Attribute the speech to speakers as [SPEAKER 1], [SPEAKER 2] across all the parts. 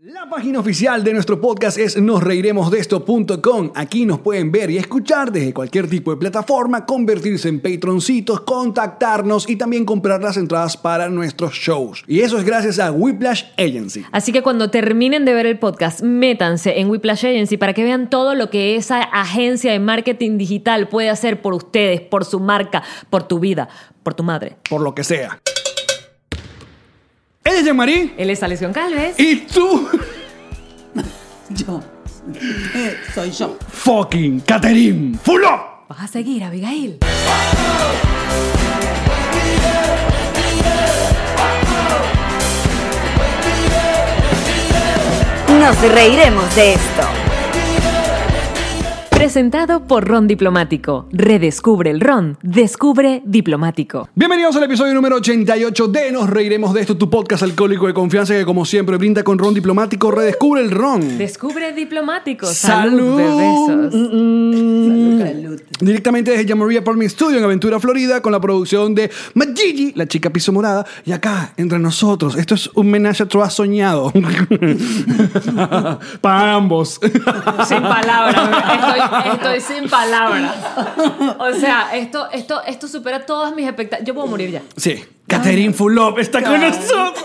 [SPEAKER 1] La página oficial de nuestro podcast es nosreiremosdeesto.com. Aquí nos pueden ver y escuchar desde cualquier tipo de plataforma, convertirse en patroncitos, contactarnos y también comprar las entradas para nuestros shows. Y eso es gracias a Whiplash Agency.
[SPEAKER 2] Así que cuando terminen de ver el podcast, métanse en Whiplash Agency para que vean todo lo que esa agencia de marketing digital puede hacer por ustedes, por su marca, por tu vida, por tu madre.
[SPEAKER 1] Por lo que sea. Ella es Jean-Marie
[SPEAKER 2] Él es Alexión Calves.
[SPEAKER 1] y tú,
[SPEAKER 3] Yo. Eh, soy yo.
[SPEAKER 1] fucking Catherine Fulop.
[SPEAKER 2] Vas a seguir, Abigail.
[SPEAKER 4] Nos reiremos de esto.
[SPEAKER 2] Presentado por Ron Diplomático. Redescubre el Ron. Descubre Diplomático.
[SPEAKER 1] Bienvenidos al episodio número 88 de Nos Reiremos de esto, tu podcast alcohólico de confianza que como siempre brinda con ron diplomático, redescubre el ron.
[SPEAKER 2] Descubre Diplomático.
[SPEAKER 1] Salud. Mm,
[SPEAKER 2] Salud, bebesos. Mm.
[SPEAKER 3] Salud, salud.
[SPEAKER 1] Directamente desde Jamaria Apartment Studio en Aventura, Florida, con la producción de Majigi, la chica piso morada, y acá, entre nosotros, esto es un menaje a trois soñado. Para ambos.
[SPEAKER 2] Sin palabras, estoy, estoy sin palabras. O sea, esto, esto, esto supera todas mis expectativas. Yo puedo morir ya.
[SPEAKER 1] Sí, Catherine Fulop está con nosotros.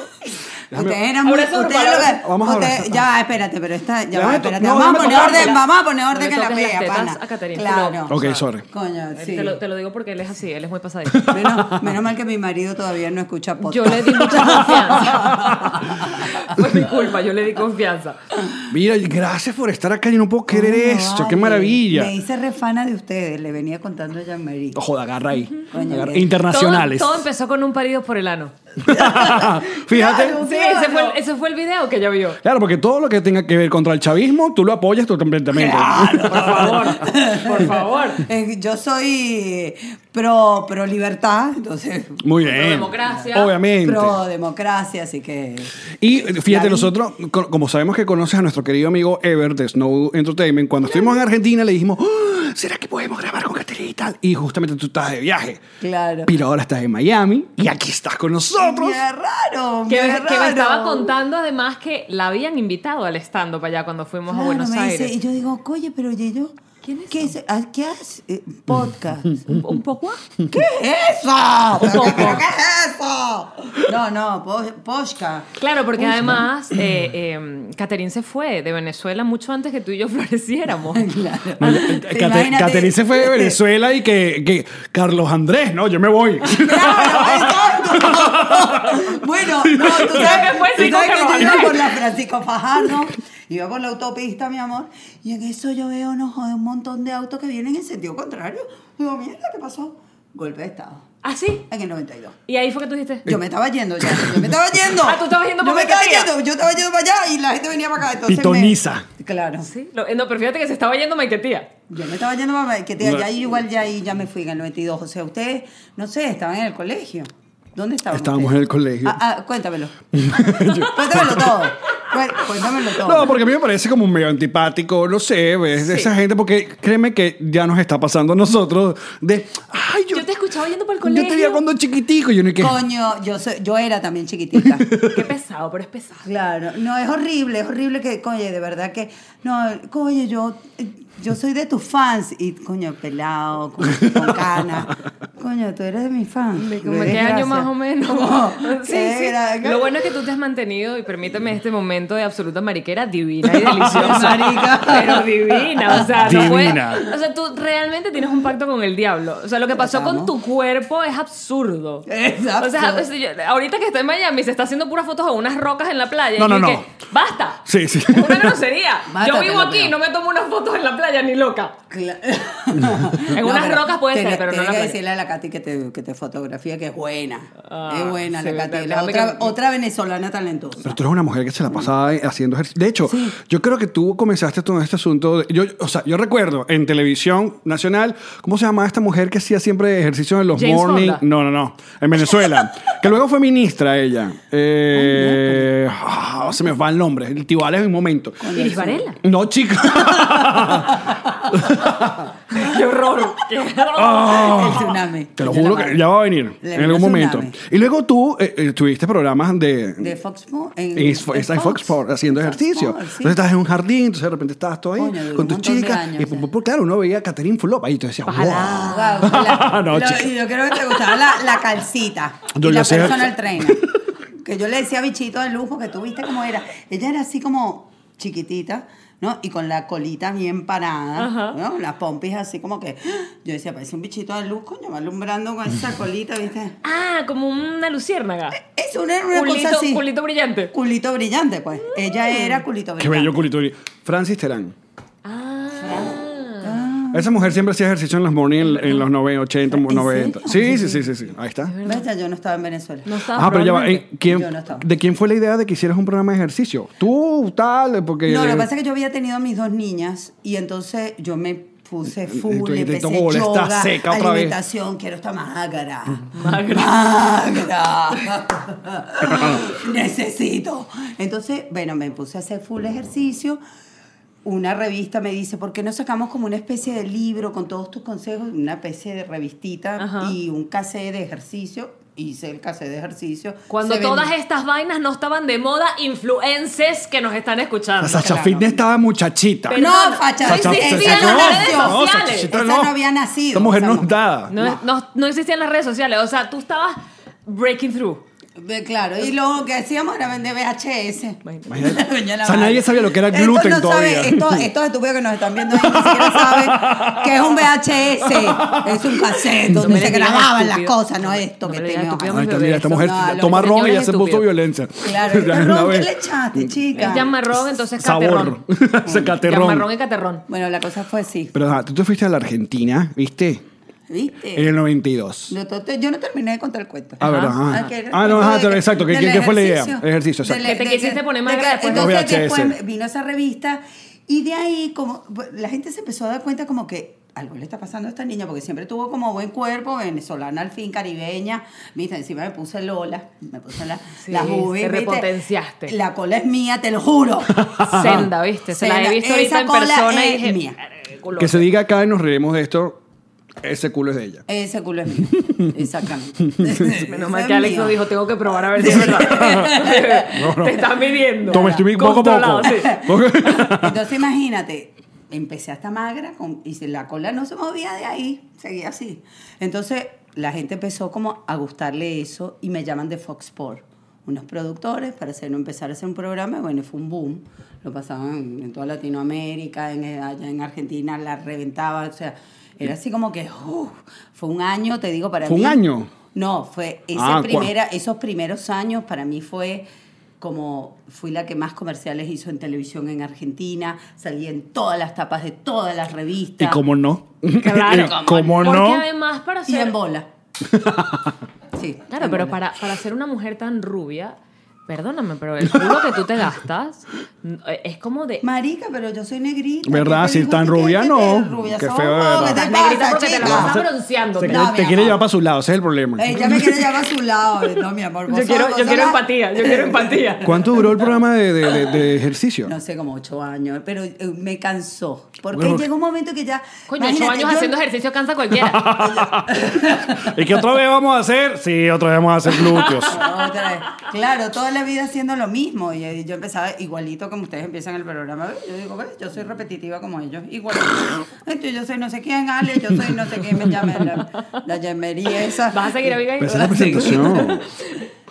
[SPEAKER 3] Ustedes eran muy.
[SPEAKER 2] Abrazo por
[SPEAKER 3] ustedes lo
[SPEAKER 2] palabra.
[SPEAKER 3] que-
[SPEAKER 1] Vamos a
[SPEAKER 3] ustedes-
[SPEAKER 1] abrazar.
[SPEAKER 3] ya, va, espérate, pero esta. Ya,
[SPEAKER 1] Ya
[SPEAKER 3] va,
[SPEAKER 1] me to-
[SPEAKER 3] espérate.
[SPEAKER 1] no,
[SPEAKER 3] vamos,
[SPEAKER 1] ya
[SPEAKER 3] a
[SPEAKER 1] me
[SPEAKER 3] poner
[SPEAKER 1] tocaste
[SPEAKER 2] la-
[SPEAKER 3] orden, vamos a poner orden
[SPEAKER 2] le
[SPEAKER 3] en la
[SPEAKER 2] toques las
[SPEAKER 3] pega,
[SPEAKER 2] tetas
[SPEAKER 3] pana.
[SPEAKER 2] a Caterina.
[SPEAKER 3] Claro.
[SPEAKER 1] Ok, sorry.
[SPEAKER 3] Coño, sí.
[SPEAKER 2] Eh, Te, lo, te lo digo porque él es así, él es muy pasadito.
[SPEAKER 3] Menos, menos mal que mi marido todavía no escucha podcast.
[SPEAKER 2] Yo le di mucha confianza. Fue mi culpa, yo le di confianza.
[SPEAKER 1] Mira, gracias por estar acá. Yo no puedo querer
[SPEAKER 3] Coño,
[SPEAKER 1] esto.
[SPEAKER 3] vale.
[SPEAKER 1] Qué maravilla. Oh.
[SPEAKER 3] Me hice refana de ustedes, le venía contando a Jean-Marie.
[SPEAKER 1] Joda, agarra ahí.
[SPEAKER 3] Coño,
[SPEAKER 1] Agarra-
[SPEAKER 3] qué-
[SPEAKER 1] Internacionales.
[SPEAKER 2] Todo, todo empezó con un parido por el ano.
[SPEAKER 1] Fíjate.
[SPEAKER 3] Claro.
[SPEAKER 2] Sí, ese fue, el, ese fue el video que ella vio.
[SPEAKER 1] Claro, porque todo lo que tenga que ver contra el chavismo, tú lo apoyas tú completamente.
[SPEAKER 2] Por favor, por favor.
[SPEAKER 3] Eh, yo soy eh, pro, pro libertad, entonces
[SPEAKER 1] Muy bien.
[SPEAKER 2] democracia.
[SPEAKER 1] Obviamente.
[SPEAKER 3] pro democracia, así que
[SPEAKER 1] Y eh, fíjate,
[SPEAKER 3] David.
[SPEAKER 1] nosotros, co- como sabemos que conoces a nuestro querido amigo Ever de Snow Entertainment, cuando estuvimos en Argentina le dijimos, "Ah, ¿será que podemos grabar con Caterina y tal? Y justamente tú estás de viaje.
[SPEAKER 3] claro.
[SPEAKER 1] Pero ahora estás en Miami y aquí estás con nosotros.
[SPEAKER 3] Qué raro,
[SPEAKER 2] Que,
[SPEAKER 3] qué
[SPEAKER 2] me-
[SPEAKER 3] raro.
[SPEAKER 2] que me estaba contando además que la habían invitado al estando para allá cuando fuimos a
[SPEAKER 3] Claro,
[SPEAKER 2] Buenos
[SPEAKER 3] me
[SPEAKER 2] Aires.
[SPEAKER 3] dice, y yo digo, oye, pero oye, yo,
[SPEAKER 2] ¿Quién es
[SPEAKER 3] ¿qué,
[SPEAKER 2] eso?
[SPEAKER 3] es- ah, ¿qué haces? Eh, Podcast.
[SPEAKER 2] ¿Un, un poco?
[SPEAKER 3] ¿Qué es eso? ¿Pero
[SPEAKER 2] poco.
[SPEAKER 3] qué- pero qué es eso? No, no, po- posca.
[SPEAKER 2] Claro, porque además eh, eh, Caterín se fue de Venezuela mucho antes que tú y yo floreciéramos.
[SPEAKER 3] Claro.
[SPEAKER 1] Cate-
[SPEAKER 3] Imagínate.
[SPEAKER 1] Caterina eh, se fue de Venezuela y que, que Carlos Andrés, no, yo me voy.
[SPEAKER 3] Claro, exacto. bueno, no, tú sabes,
[SPEAKER 2] que fue
[SPEAKER 3] tú
[SPEAKER 2] Cinco
[SPEAKER 3] sabes que yo iba
[SPEAKER 2] Cabrones.
[SPEAKER 3] por la Francisco Fajardo, iba por la autopista, mi amor, y en eso yo veo, no joder, un montón de autos que vienen en sentido contrario. Digo, mierda, ¿qué pasó? Golpe de Estado,
[SPEAKER 2] ¿Ah, sí?
[SPEAKER 3] en el 92.
[SPEAKER 2] Y ahí fue que tú dijiste.
[SPEAKER 3] Yo me estaba yendo ya, yo me estaba yendo.
[SPEAKER 2] Ah, tú estabas yendo
[SPEAKER 3] Yo
[SPEAKER 2] por
[SPEAKER 3] me estaba
[SPEAKER 2] Mercadería.
[SPEAKER 3] yendo, yo estaba yendo para allá y la gente venía para acá. Entonces
[SPEAKER 1] Pitoniza.
[SPEAKER 3] Me, claro.
[SPEAKER 2] "¿Ah, Sí, lo- eh, no, pero fíjate que se estaba yendo Maiquetía.
[SPEAKER 3] Yo me estaba yendo para que te, ya igual ya ahí ya me fui en el 92. O sea, ustedes, no sé, estaban en el colegio. ¿Dónde estaban?
[SPEAKER 1] Estábamos
[SPEAKER 3] ustedes?
[SPEAKER 1] en el colegio.
[SPEAKER 3] Ah, ah, cuéntamelo. cuéntamelo todo. Cué- Cuéntamelo todo.
[SPEAKER 1] No, porque a mí me parece como medio antipático, no sé, ves,
[SPEAKER 2] Sí.
[SPEAKER 1] esa gente, porque créeme que ya nos está pasando a nosotros de, ay, yo,
[SPEAKER 2] Yo te escuchaba yendo para el
[SPEAKER 1] yo te vi
[SPEAKER 2] colegio.
[SPEAKER 1] cuando chiquitico, y yo ni que...
[SPEAKER 3] Coño, yo, soy- yo era también chiquitita.
[SPEAKER 2] Qué pesado, pero es pesado.
[SPEAKER 3] Claro, no, es horrible, es horrible que, coño, de verdad que, no, coño, yo, yo soy de tus fans y, coño, pelado, con, con cana, coño, tú eres de mis fans.
[SPEAKER 2] De
[SPEAKER 3] Qué
[SPEAKER 2] como qué año
[SPEAKER 3] desgracia.
[SPEAKER 2] más o menos.
[SPEAKER 3] Como,
[SPEAKER 2] sí,
[SPEAKER 3] qué
[SPEAKER 2] sí.
[SPEAKER 3] desgracia.
[SPEAKER 2] Lo bueno es que tú te has mantenido, y permíteme este momento de absoluta mariquera divina y deliciosa.
[SPEAKER 3] Marica.
[SPEAKER 2] Pero divina, o sea, no puede-
[SPEAKER 1] Divina.
[SPEAKER 2] o sea, tú realmente tienes un pacto con el diablo. O sea, lo que pasó con tu cuerpo es absurdo.
[SPEAKER 3] Exacto.
[SPEAKER 2] O sea, o sea, yo- ahorita que está en Miami se está haciendo puras fotos a unas rocas en la playa.
[SPEAKER 1] No,
[SPEAKER 2] y
[SPEAKER 1] no,
[SPEAKER 2] yo
[SPEAKER 1] no.
[SPEAKER 2] dije, ¡Basta!
[SPEAKER 1] Sí, sí.
[SPEAKER 2] Es una grosería.
[SPEAKER 3] Basta,
[SPEAKER 2] yo
[SPEAKER 3] te
[SPEAKER 2] vivo
[SPEAKER 3] lo
[SPEAKER 2] aquí,
[SPEAKER 3] veo.
[SPEAKER 2] no me tomo unas fotos en la playa ni loca.
[SPEAKER 3] Cla-
[SPEAKER 2] En
[SPEAKER 3] No,
[SPEAKER 2] unas
[SPEAKER 3] pero
[SPEAKER 2] rocas puede ser,
[SPEAKER 3] tenés-
[SPEAKER 2] pero no en
[SPEAKER 3] tenés
[SPEAKER 2] la
[SPEAKER 3] que
[SPEAKER 2] playa.
[SPEAKER 3] decirle a la Katy que te, que te fotografía, que es buena.
[SPEAKER 2] Ah,
[SPEAKER 3] es buena
[SPEAKER 2] sí,
[SPEAKER 3] la Katy. La
[SPEAKER 2] déjame
[SPEAKER 3] otra,
[SPEAKER 2] que-
[SPEAKER 3] otra venezolana talentosa.
[SPEAKER 1] Pero tú eres una mujer que se la pasaba haciendo ejercicio. De hecho, yo creo que tú comenzaste todo este asunto. de- yo, o sea, yo recuerdo en televisión nacional, ¿cómo se llamaba esta mujer que hacía siempre ejercicio en los
[SPEAKER 2] James
[SPEAKER 1] morning?
[SPEAKER 2] Fonda.
[SPEAKER 1] No, no, no. En Venezuela. que luego fue ministra ella. Eh, ah, se me va el nombres. El Tibales en un momento.
[SPEAKER 2] Iris Varela.
[SPEAKER 1] No, chica.
[SPEAKER 2] Qué horror. Qué horror.
[SPEAKER 1] Ah.
[SPEAKER 3] El
[SPEAKER 2] Ah.
[SPEAKER 3] tsunami.
[SPEAKER 1] Te lo juro que ya va a venir
[SPEAKER 3] Le
[SPEAKER 1] en
[SPEAKER 3] vino
[SPEAKER 1] algún
[SPEAKER 3] tsunami.
[SPEAKER 1] momento. Y luego tú eh, eh, tuviste programas de...
[SPEAKER 3] De Fox Sports. En,
[SPEAKER 1] en Fo- estás en Fox Sports haciendo
[SPEAKER 3] Fox
[SPEAKER 1] ejercicio.
[SPEAKER 3] Sports, sí.
[SPEAKER 1] Entonces estás en un jardín, entonces de repente estabas tú ahí
[SPEAKER 3] Coño, duró
[SPEAKER 1] con
[SPEAKER 3] un
[SPEAKER 1] tus
[SPEAKER 3] montón de
[SPEAKER 1] chicas.
[SPEAKER 3] años,
[SPEAKER 1] y
[SPEAKER 3] o sea.
[SPEAKER 1] pues, claro, uno veía a Catherine Fulop ahí y tú decías, wow.
[SPEAKER 3] Guau, la-
[SPEAKER 1] No,
[SPEAKER 3] lo-
[SPEAKER 1] chica.
[SPEAKER 3] yo creo que te gustaba la, la calcita.
[SPEAKER 1] Yo
[SPEAKER 3] y
[SPEAKER 1] lo
[SPEAKER 3] la
[SPEAKER 1] sé.
[SPEAKER 3] personal trainer. Que yo le decía bichito de lujo, que tú viste cómo era. Ella era así como chiquitita, ¿no? Y con la colita bien parada, ¿no? Las pompis así como que. Yo decía, parece un bichito de luz, coño, va alumbrando con esa colita, ¿viste?
[SPEAKER 2] Ah, como una luciérnaga.
[SPEAKER 3] Es Eh, una, una
[SPEAKER 2] Culito-
[SPEAKER 3] cosa así.
[SPEAKER 2] culito Mm. brillante.
[SPEAKER 3] Culito brillante, pues. Ella era culito
[SPEAKER 1] Qué
[SPEAKER 3] brillante.
[SPEAKER 1] bello culito. Francis Terán.
[SPEAKER 2] Ah.
[SPEAKER 1] Esa mujer siempre hacía ejercicio en las morning en, en los 90, 80,
[SPEAKER 3] ¿En
[SPEAKER 1] 90. Sí,
[SPEAKER 3] serio?
[SPEAKER 1] sí, sí, sí, sí. Ahí está.
[SPEAKER 3] ¿Ves? Ya Yo no estaba en Venezuela.
[SPEAKER 2] No estaba
[SPEAKER 1] Ah, pero ya va.
[SPEAKER 2] probablemente.
[SPEAKER 1] eh, ¿quién-
[SPEAKER 3] Yo no estaba.
[SPEAKER 1] ¿De quién fue la idea de que hicieras un programa de ejercicio? Tú, tal, porque...
[SPEAKER 3] No, lo que pasa es que yo había tenido a mis dos niñas y entonces yo me puse
[SPEAKER 1] tú
[SPEAKER 3] full,
[SPEAKER 1] dijiste,
[SPEAKER 3] empecé
[SPEAKER 1] "Toma, bola,
[SPEAKER 3] yoga,
[SPEAKER 1] está seca otra vez".
[SPEAKER 3] alimentación, quiero estar magra,
[SPEAKER 2] Magra.
[SPEAKER 3] magra, necesito. Entonces, bueno, me puse a hacer full ejercicio. Una revista me dice, ¿por qué no sacamos como una especie de libro con todos tus consejos? Una especie de revistita
[SPEAKER 2] Ajá.
[SPEAKER 3] y un cassette de ejercicio. Hice el cassette de ejercicio.
[SPEAKER 2] Cuando
[SPEAKER 3] Se
[SPEAKER 2] todas
[SPEAKER 3] vendía-
[SPEAKER 2] estas vainas no estaban de moda, influencers que nos están escuchando.
[SPEAKER 1] La Sacha
[SPEAKER 3] Claro.
[SPEAKER 1] Fitness estaba muchachita.
[SPEAKER 2] Pero-
[SPEAKER 3] No,
[SPEAKER 2] Perdón,
[SPEAKER 3] facha,
[SPEAKER 2] Sacha-
[SPEAKER 3] esa
[SPEAKER 2] Sacha-
[SPEAKER 3] no
[SPEAKER 2] no,
[SPEAKER 3] nació.
[SPEAKER 2] no, Sacha-
[SPEAKER 1] Chachita,
[SPEAKER 3] Esa no había nacido,
[SPEAKER 1] Esta mujer
[SPEAKER 3] o sea,
[SPEAKER 1] no
[SPEAKER 3] no.
[SPEAKER 1] dada.
[SPEAKER 2] No, no- no existían las redes sociales. O sea, tú estabas breaking through.
[SPEAKER 3] Ve, Claro, y lo que hacíamos era vender VHS.
[SPEAKER 1] Imagínate.
[SPEAKER 3] Coño, la
[SPEAKER 1] O sea,
[SPEAKER 3] madre.
[SPEAKER 1] nadie sabía lo que era
[SPEAKER 3] Estos
[SPEAKER 1] gluten
[SPEAKER 3] no
[SPEAKER 1] todavía.
[SPEAKER 3] saben- estos, estos estúpidos que nos están viendo ahí ni siquiera saben que es un VHS. Es un cassette
[SPEAKER 2] No me
[SPEAKER 3] donde
[SPEAKER 2] le
[SPEAKER 3] se
[SPEAKER 2] digas
[SPEAKER 3] grababan las
[SPEAKER 2] estúpido.
[SPEAKER 3] cosas, no esto
[SPEAKER 2] No
[SPEAKER 3] que
[SPEAKER 2] me le digas
[SPEAKER 3] tenemos.
[SPEAKER 2] estúpido.
[SPEAKER 1] Ahí está, mira, esta
[SPEAKER 2] No,
[SPEAKER 1] mujer
[SPEAKER 3] a los
[SPEAKER 1] toma ron y
[SPEAKER 2] señores
[SPEAKER 1] ya se puso
[SPEAKER 2] estúpidos.
[SPEAKER 1] violencia.
[SPEAKER 3] Claro,
[SPEAKER 1] Ya de
[SPEAKER 3] ¿qué
[SPEAKER 1] una
[SPEAKER 3] ron que
[SPEAKER 1] vez.
[SPEAKER 3] le echaste,
[SPEAKER 2] Es
[SPEAKER 3] chica?
[SPEAKER 2] llamarrón, entonces
[SPEAKER 1] Sabor.
[SPEAKER 2] caterrón.
[SPEAKER 1] Se
[SPEAKER 2] Llamarrón
[SPEAKER 1] caterrón.
[SPEAKER 2] y caterrón.
[SPEAKER 3] Bueno, la cosa fue así.
[SPEAKER 1] Pero ajá, tú te fuiste a la Argentina, ¿viste?
[SPEAKER 3] ¿Viste?
[SPEAKER 1] En el 92.
[SPEAKER 3] Yo, to- yo no terminé de contar el cuento.
[SPEAKER 1] Ah, ¿verdad? Ajá.
[SPEAKER 3] que era el
[SPEAKER 1] Ah, no,
[SPEAKER 3] cuento
[SPEAKER 1] ajá,
[SPEAKER 3] de que-
[SPEAKER 1] exacto, que-
[SPEAKER 3] del
[SPEAKER 1] que- que fue la idea,
[SPEAKER 3] ejercicio.
[SPEAKER 1] el ejercicio, exacto.
[SPEAKER 3] Del-
[SPEAKER 2] Que te
[SPEAKER 3] de
[SPEAKER 2] quisiste poner más
[SPEAKER 3] de que-
[SPEAKER 2] grande después.
[SPEAKER 3] Entonces
[SPEAKER 1] Los VHS.
[SPEAKER 3] después vino esa revista y de ahí como pues, la gente se empezó a dar cuenta como que algo le está pasando a esta niña porque siempre tuvo como buen cuerpo, venezolana al fin, caribeña. Viste, encima me puse Lola, me puse la,
[SPEAKER 2] Sí,
[SPEAKER 3] la boobie,
[SPEAKER 2] te
[SPEAKER 3] ¿viste?
[SPEAKER 2] repotenciaste.
[SPEAKER 3] La cola es mía, te lo juro.
[SPEAKER 2] Senda, ¿viste? Se la
[SPEAKER 3] Senda.
[SPEAKER 2] he visto ahorita
[SPEAKER 3] Esa
[SPEAKER 2] en
[SPEAKER 3] cola
[SPEAKER 2] persona y
[SPEAKER 3] es
[SPEAKER 2] dije,
[SPEAKER 3] mía.
[SPEAKER 2] "Verga, culo".
[SPEAKER 1] Que se diga acá y nos reiremos de esto. Ese culo es de ella.
[SPEAKER 3] Ese culo es mío. Exactamente.
[SPEAKER 2] Menos
[SPEAKER 3] Ese
[SPEAKER 2] mal
[SPEAKER 3] es
[SPEAKER 2] que Alex
[SPEAKER 3] mío.
[SPEAKER 2] nos dijo, tengo que probar a ver si es verdad. Te están midiendo.
[SPEAKER 1] Toma, estoy mi- poco a poco.
[SPEAKER 2] Controlado, sí.
[SPEAKER 3] Entonces imagínate, empecé hasta magra con- y si la cola no se movía de ahí, seguía así. Entonces la gente empezó como a gustarle eso y me llaman de Fox Sports, unos productores para hacer, empezar a hacer un programa. y Bueno, fue un boom, lo pasaban en, en toda Latinoamérica, en, allá en Argentina, la reventaba, o sea, era así como que ¡uf! fue un año, te digo, para
[SPEAKER 1] ¿Fue un
[SPEAKER 3] mí-
[SPEAKER 1] año?
[SPEAKER 3] No, fue ese
[SPEAKER 1] Ah, ¿cuál?
[SPEAKER 3] primera, esos primeros años para mí fue como fui la que más comerciales hizo en televisión en Argentina, salí en todas las tapas de todas las
[SPEAKER 1] Y
[SPEAKER 3] revistas
[SPEAKER 1] cómo no.
[SPEAKER 2] Claro,
[SPEAKER 1] Y cómo
[SPEAKER 2] Porque
[SPEAKER 1] no.
[SPEAKER 2] además para
[SPEAKER 3] y
[SPEAKER 2] ser...
[SPEAKER 3] en bola. sí.
[SPEAKER 2] Claro,
[SPEAKER 3] en
[SPEAKER 2] pero
[SPEAKER 3] bola.
[SPEAKER 2] para, para ser una mujer tan rubia, perdóname, pero el culo que tú te gastas n- eh, es como de...
[SPEAKER 3] Marica, pero yo soy negrita.
[SPEAKER 1] ¿Verdad?
[SPEAKER 3] ¿Qué te
[SPEAKER 1] Si
[SPEAKER 3] dijo
[SPEAKER 1] tan
[SPEAKER 3] que-
[SPEAKER 1] rubia,
[SPEAKER 3] que-
[SPEAKER 1] no.
[SPEAKER 3] que rubia
[SPEAKER 1] Qué
[SPEAKER 3] soy?
[SPEAKER 1] feo, de
[SPEAKER 3] ¿Qué
[SPEAKER 1] verdad.
[SPEAKER 3] te
[SPEAKER 1] Estás
[SPEAKER 3] pasa,
[SPEAKER 2] negrita porque te la
[SPEAKER 3] chica?
[SPEAKER 2] pasas
[SPEAKER 1] Se
[SPEAKER 2] bronceándote.
[SPEAKER 1] quiere,
[SPEAKER 3] No, mi
[SPEAKER 1] te quiere
[SPEAKER 3] amor.
[SPEAKER 1] llevar para su lado, ese es el problema.
[SPEAKER 3] Ella me quiere llevar a su lado. No, mi amor. vos
[SPEAKER 2] Yo quiero,
[SPEAKER 3] sos-
[SPEAKER 2] yo
[SPEAKER 3] vos
[SPEAKER 2] quiero
[SPEAKER 3] sos-
[SPEAKER 2] empatía, yo quiero empatía.
[SPEAKER 1] ¿Cuánto duró el programa de, de- de- de ejercicio?
[SPEAKER 3] No sé, como ocho años, pero eh, me cansó. Porque
[SPEAKER 1] Bueno,
[SPEAKER 3] llegó un momento que ya.
[SPEAKER 2] Coño, ocho
[SPEAKER 3] imagínate,
[SPEAKER 2] años
[SPEAKER 3] yo-
[SPEAKER 2] haciendo ejercicio cansa a cualquiera.
[SPEAKER 1] ¿Y qué otra vez vamos a hacer? Sí, otra vez vamos a hacer glúteos.
[SPEAKER 3] Otra vez. Claro, toda la vida haciendo lo mismo. Y eh, yo empezaba igualito como ustedes empiezan el programa. Yo digo, "Ve, yo soy repetitiva como ellos. Igualito. Este, yo soy no sé quién, Ale, yo soy no sé quién, me llama la, la llamería esa.
[SPEAKER 2] ¿Vas a seguir a Abigail?
[SPEAKER 1] Pero Pues esa es la presentación.